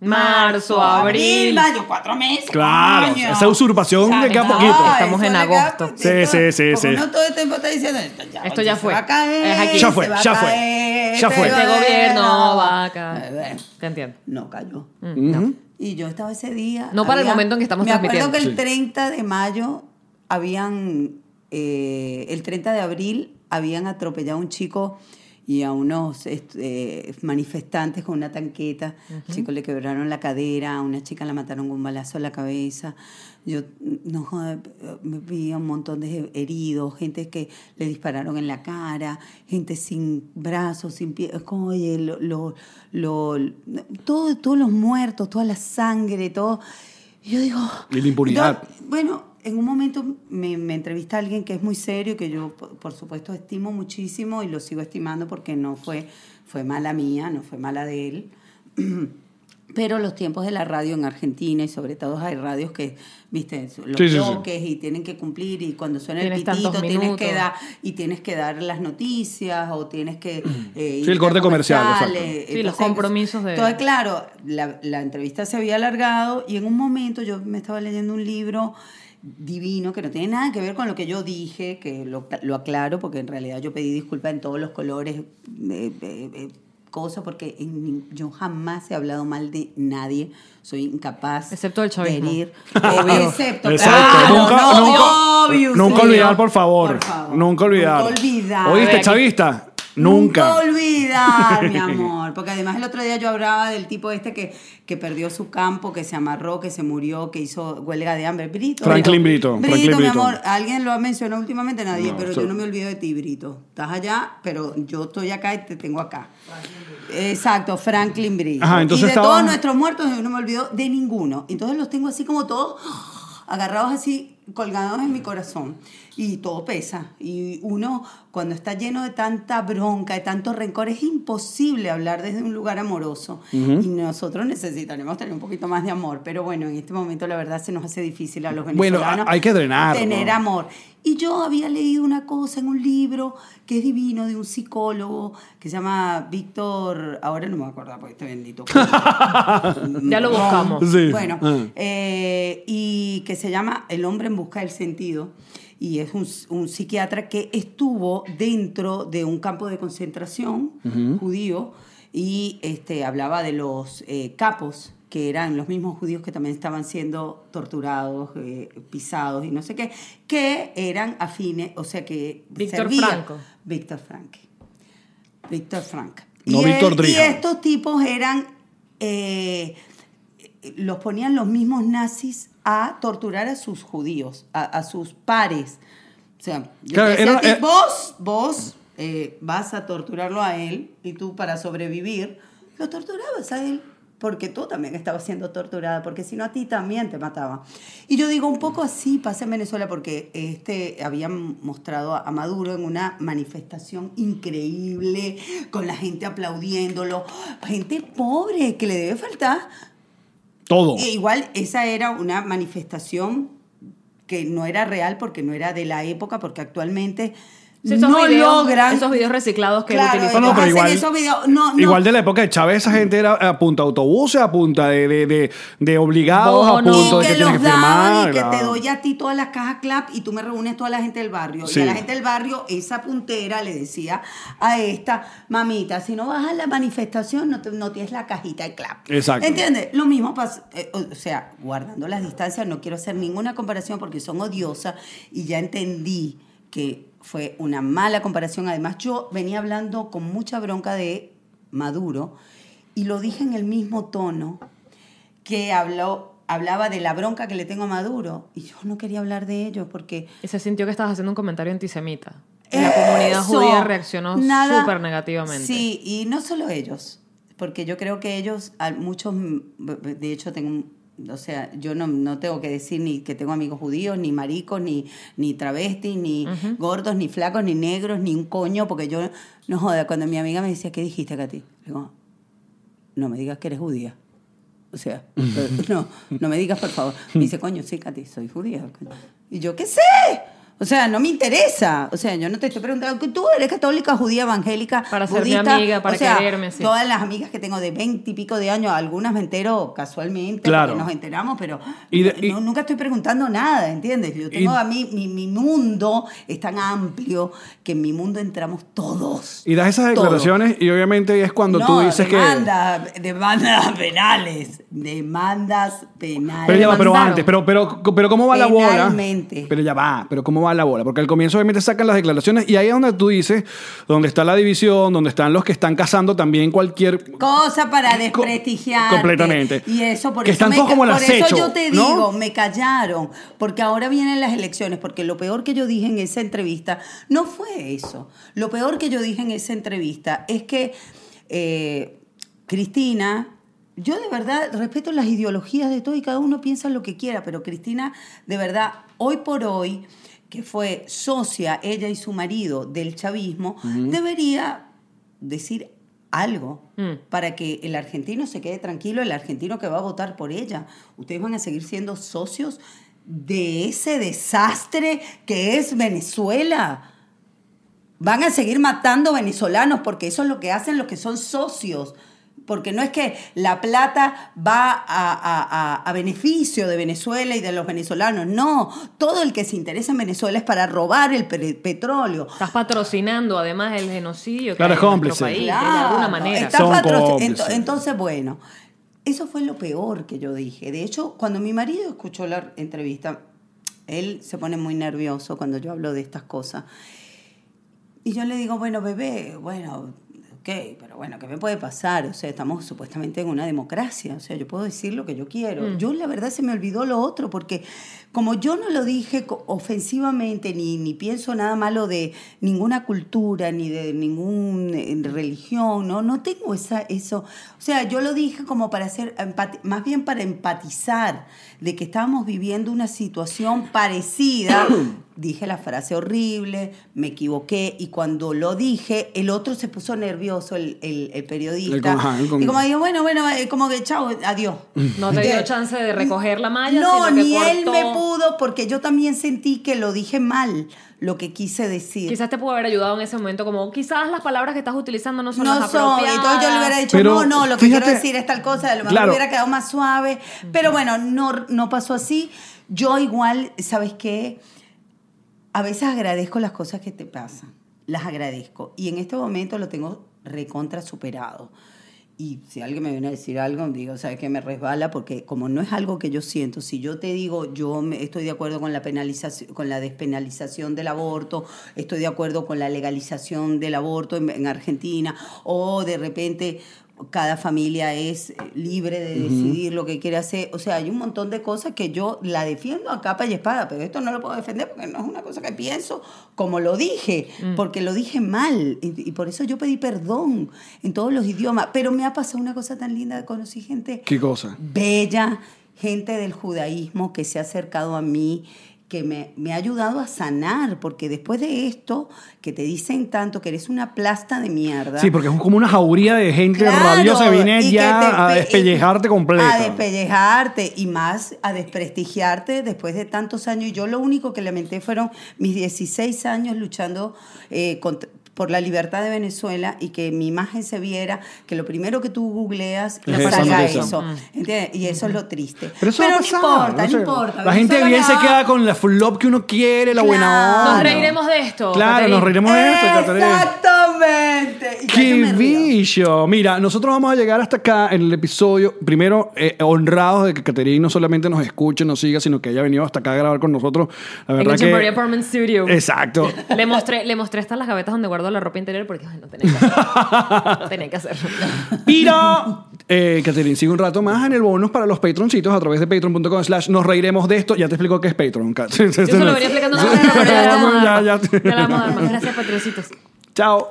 [SPEAKER 2] Marzo, abril.
[SPEAKER 3] mayo, cuatro meses.
[SPEAKER 5] Claro,
[SPEAKER 3] coño.
[SPEAKER 5] esa usurpación
[SPEAKER 3] O sea,
[SPEAKER 5] de cada
[SPEAKER 3] no,
[SPEAKER 5] poquito.
[SPEAKER 2] Estamos
[SPEAKER 3] eso
[SPEAKER 2] en
[SPEAKER 3] de cada
[SPEAKER 2] agosto.
[SPEAKER 5] Sí,
[SPEAKER 3] poquito,
[SPEAKER 5] sí, sí,
[SPEAKER 3] porque
[SPEAKER 5] sí.
[SPEAKER 3] uno todo el tiempo está diciendo, esto ya,
[SPEAKER 2] Esto ya
[SPEAKER 3] se
[SPEAKER 2] fue.
[SPEAKER 3] va a caer,
[SPEAKER 2] Es aquí.
[SPEAKER 5] Ya
[SPEAKER 3] se
[SPEAKER 5] fue,
[SPEAKER 3] va a
[SPEAKER 5] ya fue,
[SPEAKER 3] caer,
[SPEAKER 5] ya
[SPEAKER 3] se
[SPEAKER 5] fue.
[SPEAKER 3] va a
[SPEAKER 1] pues.
[SPEAKER 2] Este
[SPEAKER 3] caer.
[SPEAKER 2] gobierno va acá.
[SPEAKER 3] Eh,
[SPEAKER 2] Te entiendo.
[SPEAKER 3] No cayó.
[SPEAKER 5] Ujú.
[SPEAKER 3] Y yo estaba ese día.
[SPEAKER 2] No para el momento en que estamos
[SPEAKER 3] Me acuerdo que
[SPEAKER 2] transmitiendo.
[SPEAKER 3] el 30 de mayo habían. eh, el 30 de abril habían atropellado a un chico y a unos est- eh, manifestantes con una tanqueta. Al chico le quebraron la cadera, a una chica la mataron con un balazo en la cabeza. Yo no joder, me vi a un montón de heridos, gente que le dispararon en la cara, gente sin brazos, sin pies. Como, Oye, lo, lo- lo- todo- todos los muertos, toda la sangre, todo. Y Yo digo.
[SPEAKER 5] Y la impunidad.
[SPEAKER 3] Entonces, bueno, en un momento me, me entrevista alguien que es muy serio, que yo por por supuesto estimo muchísimo y lo sigo estimando porque no fue, fue mala mía, no fue mala de él. Pero los tiempos de la radio en Argentina y sobre todo hay radios que, viste, los
[SPEAKER 5] Sí, sí, sí.
[SPEAKER 3] bloques y tienen que cumplir y cuando suena el
[SPEAKER 2] Tienes
[SPEAKER 3] pitito
[SPEAKER 2] tantos
[SPEAKER 3] tienes que
[SPEAKER 2] minutos.
[SPEAKER 3] dar y tienes que dar las noticias o tienes que eh,
[SPEAKER 5] Sí, el
[SPEAKER 3] ir
[SPEAKER 5] corte
[SPEAKER 3] a
[SPEAKER 5] comercial, exacto.
[SPEAKER 3] comerciales. eh,
[SPEAKER 2] Sí, los compromisos de-
[SPEAKER 3] Entonces, este claro, la, la entrevista se había alargado y en un momento yo me estaba leyendo un libro divino que no tiene nada que ver con lo que yo dije, que lo, lo aclaro porque en realidad yo pedí disculpas en todos los colores, eh, eh, eh, cosas, porque en- yo jamás he hablado mal de nadie, soy incapaz
[SPEAKER 2] Excepto del chavismo.
[SPEAKER 3] de herir.
[SPEAKER 2] Obvio.
[SPEAKER 3] Excepto,
[SPEAKER 5] Exacto.
[SPEAKER 3] claro,
[SPEAKER 5] Nunca-
[SPEAKER 3] no,
[SPEAKER 5] nunca-
[SPEAKER 3] obvio,
[SPEAKER 5] nunca
[SPEAKER 3] sí.
[SPEAKER 5] olvidar, por favor.
[SPEAKER 3] Por favor.
[SPEAKER 5] Nunca olvidar.
[SPEAKER 3] Nunca olvidar.
[SPEAKER 5] ¿Oíste,
[SPEAKER 2] Aquí-
[SPEAKER 5] chavista? Nunca.
[SPEAKER 3] olvidar, mi amor. Porque además el otro día yo hablaba del tipo este que, que perdió su campo, que se amarró, que se murió, que hizo huelga de hambre. Brito.
[SPEAKER 5] Franklin Brito, Franklin
[SPEAKER 3] mi
[SPEAKER 5] Brito.
[SPEAKER 3] amor. Alguien lo ha mencionado últimamente, nadie,
[SPEAKER 5] No,
[SPEAKER 3] pero
[SPEAKER 5] sí.
[SPEAKER 3] yo no me olvido de ti, Brito. Estás allá, pero yo estoy acá y te tengo acá. Exacto, Franklin Brito.
[SPEAKER 5] Ajá, entonces
[SPEAKER 3] y de
[SPEAKER 5] estaba-
[SPEAKER 3] todos nuestros muertos, yo no me olvido de ninguno. Entonces los tengo así como todos agarrados así, colgados en mi corazón. Y todo pesa. Y uno, cuando está lleno de tanta bronca, de tanto rencor, es imposible hablar desde un lugar amoroso. Y nosotros necesitaremos tener un poquito más de amor. Pero bueno, en este momento la verdad se nos hace difícil a los
[SPEAKER 5] Bueno,
[SPEAKER 3] venezolanos.
[SPEAKER 5] hay que drenar,
[SPEAKER 3] Tener
[SPEAKER 5] ¿no?
[SPEAKER 3] amor. Y yo había leído una cosa en un libro que es divino de un psicólogo que se llama Víctor, ahora no me voy a acordar porque este bendito.
[SPEAKER 2] Ya lo buscamos.
[SPEAKER 5] Sí.
[SPEAKER 3] Bueno,
[SPEAKER 5] Ah.
[SPEAKER 3] eh, y que se llama El hombre en busca del sentido. Y es un, un psiquiatra que estuvo dentro de un campo de concentración judío y este, hablaba de los eh, capos, que eran los mismos judíos que también estaban siendo torturados, eh, pisados y no sé qué, que eran afines, o sea que...
[SPEAKER 2] Víctor
[SPEAKER 3] servía-
[SPEAKER 2] Franco.
[SPEAKER 3] Víctor Franco. Víctor Frank.
[SPEAKER 5] No
[SPEAKER 3] y, él-
[SPEAKER 5] Víctor
[SPEAKER 3] y
[SPEAKER 5] Drija.
[SPEAKER 3] estos tipos eran, eh, los ponían los mismos nazis a torturar a sus judíos, a, a sus pares. O sea, yo
[SPEAKER 5] Claro,
[SPEAKER 3] decía
[SPEAKER 5] era-
[SPEAKER 3] que
[SPEAKER 5] era-
[SPEAKER 3] vos, vos eh, vas a torturarlo a él y tú para sobrevivir lo torturabas a él porque tú también estabas siendo torturada, porque si no a ti también te mataban. Y yo digo, un poco así pasa en Venezuela, porque este, habían mostrado a, a Maduro en una manifestación increíble, con la gente aplaudiéndolo, gente pobre que le debe faltar
[SPEAKER 5] Todo.
[SPEAKER 3] e igual esa era una manifestación que no era real porque no era de la época, porque actualmente
[SPEAKER 2] Sí, esos
[SPEAKER 3] no
[SPEAKER 2] videos-
[SPEAKER 3] logran...
[SPEAKER 2] esos videos reciclados que
[SPEAKER 3] Claro,
[SPEAKER 2] utilizan.
[SPEAKER 5] No, no,
[SPEAKER 3] ellos
[SPEAKER 5] pero
[SPEAKER 3] hacen
[SPEAKER 5] igual,
[SPEAKER 3] esos videos. No, no.
[SPEAKER 5] igual de la época de Chávez, esa gente era a punta de autobuses, a punta de, de, de, de obligados, a
[SPEAKER 2] Bonos.
[SPEAKER 5] punto
[SPEAKER 3] y
[SPEAKER 5] de que
[SPEAKER 3] que
[SPEAKER 5] tienes que
[SPEAKER 3] los daban
[SPEAKER 5] firmar.
[SPEAKER 3] y que te
[SPEAKER 5] claro.
[SPEAKER 3] doy a ti todas las cajas clap y tú me reúnes toda la gente del barrio.
[SPEAKER 5] Sí.
[SPEAKER 3] Y a la gente del barrio, esa puntera le decía a esta, mamita, si no vas a la manifestación, no, te- no tienes la cajita de clap.
[SPEAKER 5] Exacto.
[SPEAKER 3] ¿Entiendes? Lo mismo pasa, eh, o o sea, guardando las distancias, no quiero hacer ninguna comparación porque son odiosas y ya entendí que fue una mala comparación. Además, yo venía hablando con mucha bronca de Maduro y lo dije en el mismo tono que habló, hablaba de la bronca que le tengo a Maduro. Y yo no quería hablar de ello porque...
[SPEAKER 2] Y se sintió que estabas haciendo un comentario antisemita. Y La comunidad
[SPEAKER 3] Eso,
[SPEAKER 2] judía reaccionó
[SPEAKER 3] nada-
[SPEAKER 2] súper negativamente.
[SPEAKER 3] Sí, y no solo ellos, porque yo creo que ellos, al- muchos, mm, b- de hecho tengo... un- O sea, yo no, no tengo que decir ni que tengo amigos judíos, ni maricos, ni, ni travestis, ni gordos, ni flacos, ni negros, ni un coño, porque yo, no joda, cuando mi amiga me decía, ¿qué dijiste, Katy? Le digo, no me digas que eres judía. O sea, no, no me digas, por favor. Me dice, coño, sí, Katy, soy judía. Y yo, ¿qué sé? O sea, no me interesa. O sea, yo no te estoy preguntando que tú eres católica, judía, evangélica,
[SPEAKER 2] Para ser mi
[SPEAKER 3] budista.
[SPEAKER 2] amiga, para
[SPEAKER 3] o sea,
[SPEAKER 2] quererme, sí.
[SPEAKER 3] Todas las amigas que tengo de veinte y pico de años, algunas me entero casualmente,
[SPEAKER 5] Claro.
[SPEAKER 3] porque nos enteramos, pero
[SPEAKER 5] Y de-
[SPEAKER 3] no-
[SPEAKER 5] y-
[SPEAKER 3] nunca estoy preguntando nada, ¿entiendes? Yo tengo
[SPEAKER 5] Y-
[SPEAKER 3] a mí, mi, mi mundo es tan amplio que en mi mundo entramos todos.
[SPEAKER 5] Y das esas
[SPEAKER 3] Todos.
[SPEAKER 5] declaraciones y obviamente es cuando
[SPEAKER 3] no,
[SPEAKER 5] tú dices que...
[SPEAKER 3] demandas, demandas penales. Demandas penales.
[SPEAKER 5] Pero ya va, pero
[SPEAKER 2] Demandaron.
[SPEAKER 5] antes, pero, pero, pero ¿cómo va la bola?
[SPEAKER 3] Penalmente.
[SPEAKER 5] Pero ya va, pero ¿cómo va la bola? Porque al comienzo obviamente sacan las declaraciones y ahí es donde tú dices, donde está la división, donde están los que están cazando también cualquier...
[SPEAKER 3] Cosa para desprestigiar.
[SPEAKER 5] completamente.
[SPEAKER 3] Y eso, por
[SPEAKER 5] Que
[SPEAKER 3] eso,
[SPEAKER 5] están todos como el
[SPEAKER 3] por eso
[SPEAKER 5] acecho,
[SPEAKER 3] yo te
[SPEAKER 5] ¿no?
[SPEAKER 3] digo, me callaron, porque ahora vienen las elecciones, porque lo peor que yo dije en esa entrevista no fue eso. Lo peor que yo dije en esa entrevista es que eh, Cristina, yo de verdad respeto las ideologías de todo y cada uno piensa lo que quiera, pero Cristina, de verdad, hoy por hoy, que fue socia, ella y su marido, del chavismo, debería decir algo para que el argentino se quede tranquilo, el argentino que va a votar por ella. Ustedes van a seguir siendo socios de ese desastre que es Venezuela. Van a seguir matando venezolanos porque eso es lo que hacen los que son socios. Porque no es que la plata va a, a- a- a beneficio de Venezuela y de los venezolanos. No, todo el que se interesa en Venezuela es para robar el pe- petróleo.
[SPEAKER 2] Estás patrocinando además el genocidio que
[SPEAKER 5] Claro,
[SPEAKER 2] hay
[SPEAKER 5] es
[SPEAKER 2] en nuestro
[SPEAKER 5] cómplice.
[SPEAKER 2] país,
[SPEAKER 3] Claro,
[SPEAKER 2] de alguna manera.
[SPEAKER 3] está
[SPEAKER 5] Son
[SPEAKER 3] patrocin-
[SPEAKER 5] cómplices.
[SPEAKER 3] Ento- entonces, bueno, eso fue lo peor que yo dije. De hecho, cuando mi marido escuchó la entrevista, él se pone muy nervioso cuando yo hablo de estas cosas. Y yo le digo, bueno, bebé, bueno, ok, pero bueno, ¿qué me puede pasar? O sea, estamos supuestamente en una democracia, o sea, yo puedo decir lo que yo quiero.
[SPEAKER 2] Mm.
[SPEAKER 3] Yo la verdad se me olvidó lo otro, porque como yo no lo dije co- ofensivamente, ni, ni pienso nada malo de ninguna cultura, ni de ninguna religión, no, no tengo esa, eso. O sea, yo lo dije como para hacer, empati- más bien para empatizar de que estábamos viviendo una situación parecida. dije la frase horrible, me equivoqué y cuando lo dije, el otro se puso nervioso, el, el- el periodista.
[SPEAKER 5] El con- ajá, el con-
[SPEAKER 3] Y como digo, bueno, bueno, eh, como que chao, adiós.
[SPEAKER 2] No te dio
[SPEAKER 3] Ya.
[SPEAKER 2] chance de recoger la malla,
[SPEAKER 3] No,
[SPEAKER 2] sino que
[SPEAKER 3] ni él
[SPEAKER 2] cortó-
[SPEAKER 3] me pudo porque yo también sentí que lo dije mal, lo que quise decir.
[SPEAKER 2] Quizás te pudo haber ayudado en ese momento, como quizás las palabras que estás utilizando no son
[SPEAKER 3] no
[SPEAKER 2] las
[SPEAKER 3] son,
[SPEAKER 2] apropiadas.
[SPEAKER 3] entonces yo le hubiera dicho,
[SPEAKER 5] Pero
[SPEAKER 3] no, no, lo que
[SPEAKER 5] fíjate-
[SPEAKER 3] quiero decir es tal cosa, a lo mejor
[SPEAKER 5] Claro.
[SPEAKER 3] hubiera quedado más suave, pero bueno, no, no pasó así. Yo igual, ¿sabes qué? A veces agradezco las cosas que te pasan, las agradezco, y en este momento lo tengo recontra superado. Y si alguien me viene a decir algo, digo, ¿sabes qué? Me resbala porque como no es algo que yo siento, si yo te digo, yo me- estoy de acuerdo con la penalización, con la despenalización del aborto, estoy de acuerdo con la legalización del aborto en, en Argentina, o de repente cada familia es eh, libre de decidir lo que quiere hacer. O sea, hay un montón de cosas que yo la defiendo a capa y espada, pero esto no lo puedo defender porque no es una cosa que pienso como lo dije,
[SPEAKER 5] Mm.
[SPEAKER 3] porque lo dije mal y, y por eso yo pedí perdón en todos los idiomas. Pero me ha pasado una cosa tan linda, conocí gente
[SPEAKER 5] ¿Qué cosa?
[SPEAKER 3] bella, gente del judaísmo que se ha acercado a mí, que me, me ha ayudado a sanar, porque después de esto, que te dicen tanto que eres una plasta de mierda.
[SPEAKER 5] Sí, porque es como una jauría de gente
[SPEAKER 3] Claro,
[SPEAKER 5] rabiosa que viene
[SPEAKER 3] y que
[SPEAKER 5] ya
[SPEAKER 3] te-
[SPEAKER 5] a despellejarte completa.
[SPEAKER 3] A despellejarte y más a desprestigiarte después de tantos años. Y yo lo único que lamenté fueron mis 16 años luchando eh, cont- por la libertad de Venezuela y que mi imagen se viera, que lo primero que tú googleas
[SPEAKER 5] Es
[SPEAKER 3] y
[SPEAKER 5] esa
[SPEAKER 3] salga
[SPEAKER 5] noticia.
[SPEAKER 3] eso. ¿entiendes? Y eso es lo triste.
[SPEAKER 5] Pero eso va a
[SPEAKER 3] no
[SPEAKER 5] pasar,
[SPEAKER 3] importa,
[SPEAKER 5] no
[SPEAKER 3] no,
[SPEAKER 5] sé.
[SPEAKER 3] importa.
[SPEAKER 5] La gente bien se
[SPEAKER 3] Venezuela-
[SPEAKER 5] queda con la full love que uno quiere, la buena
[SPEAKER 3] Claro.
[SPEAKER 5] onda.
[SPEAKER 2] Nos reiremos de esto.
[SPEAKER 5] Claro,
[SPEAKER 2] Caterina.
[SPEAKER 5] nos reiremos de esto, Caterina.
[SPEAKER 3] Exactamente. Y ya yo
[SPEAKER 5] ¡Qué
[SPEAKER 3] me río.
[SPEAKER 5] bicho! Mira, nosotros vamos a llegar hasta acá en el episodio. Primero, eh, honrados de que Caterina no solamente nos escuche, nos siga, sino que haya venido hasta acá a grabar con nosotros. La
[SPEAKER 2] En
[SPEAKER 5] verdad
[SPEAKER 2] Kitchen Maria
[SPEAKER 5] que.
[SPEAKER 2] Apartment Studio.
[SPEAKER 5] Exacto.
[SPEAKER 2] Le mostré, le mostré estas las gavetas donde guardo la ropa interior porque ay, no tenía que hacerlo. No tenía que hacerlo.
[SPEAKER 5] Pero, eh, Caterina, sigue un rato más en el bonus para los patroncitos a través de patreon.com slash nos reiremos de esto. Ya te explico qué es Patreon, Cat.
[SPEAKER 2] Yo
[SPEAKER 1] Este
[SPEAKER 2] se lo venía explicando
[SPEAKER 5] Sí,
[SPEAKER 2] no, no, no, pero ya le vamos a dar
[SPEAKER 5] ya,
[SPEAKER 2] más. Ya le vamos a dar más.
[SPEAKER 5] ya.
[SPEAKER 2] Gracias, patrocitos.
[SPEAKER 5] Chao.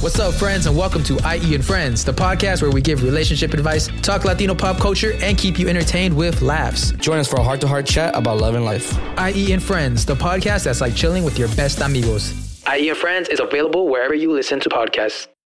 [SPEAKER 6] What's up, friends, and welcome to IE and Friends, the podcast where we give relationship advice, talk Latino pop culture, and keep you entertained with laughs.
[SPEAKER 7] Join us for a heart to heart chat about love and life.
[SPEAKER 6] IE and Friends, the E podcast that's like chilling with your best amigos. IE and Friends is available wherever you listen to podcasts.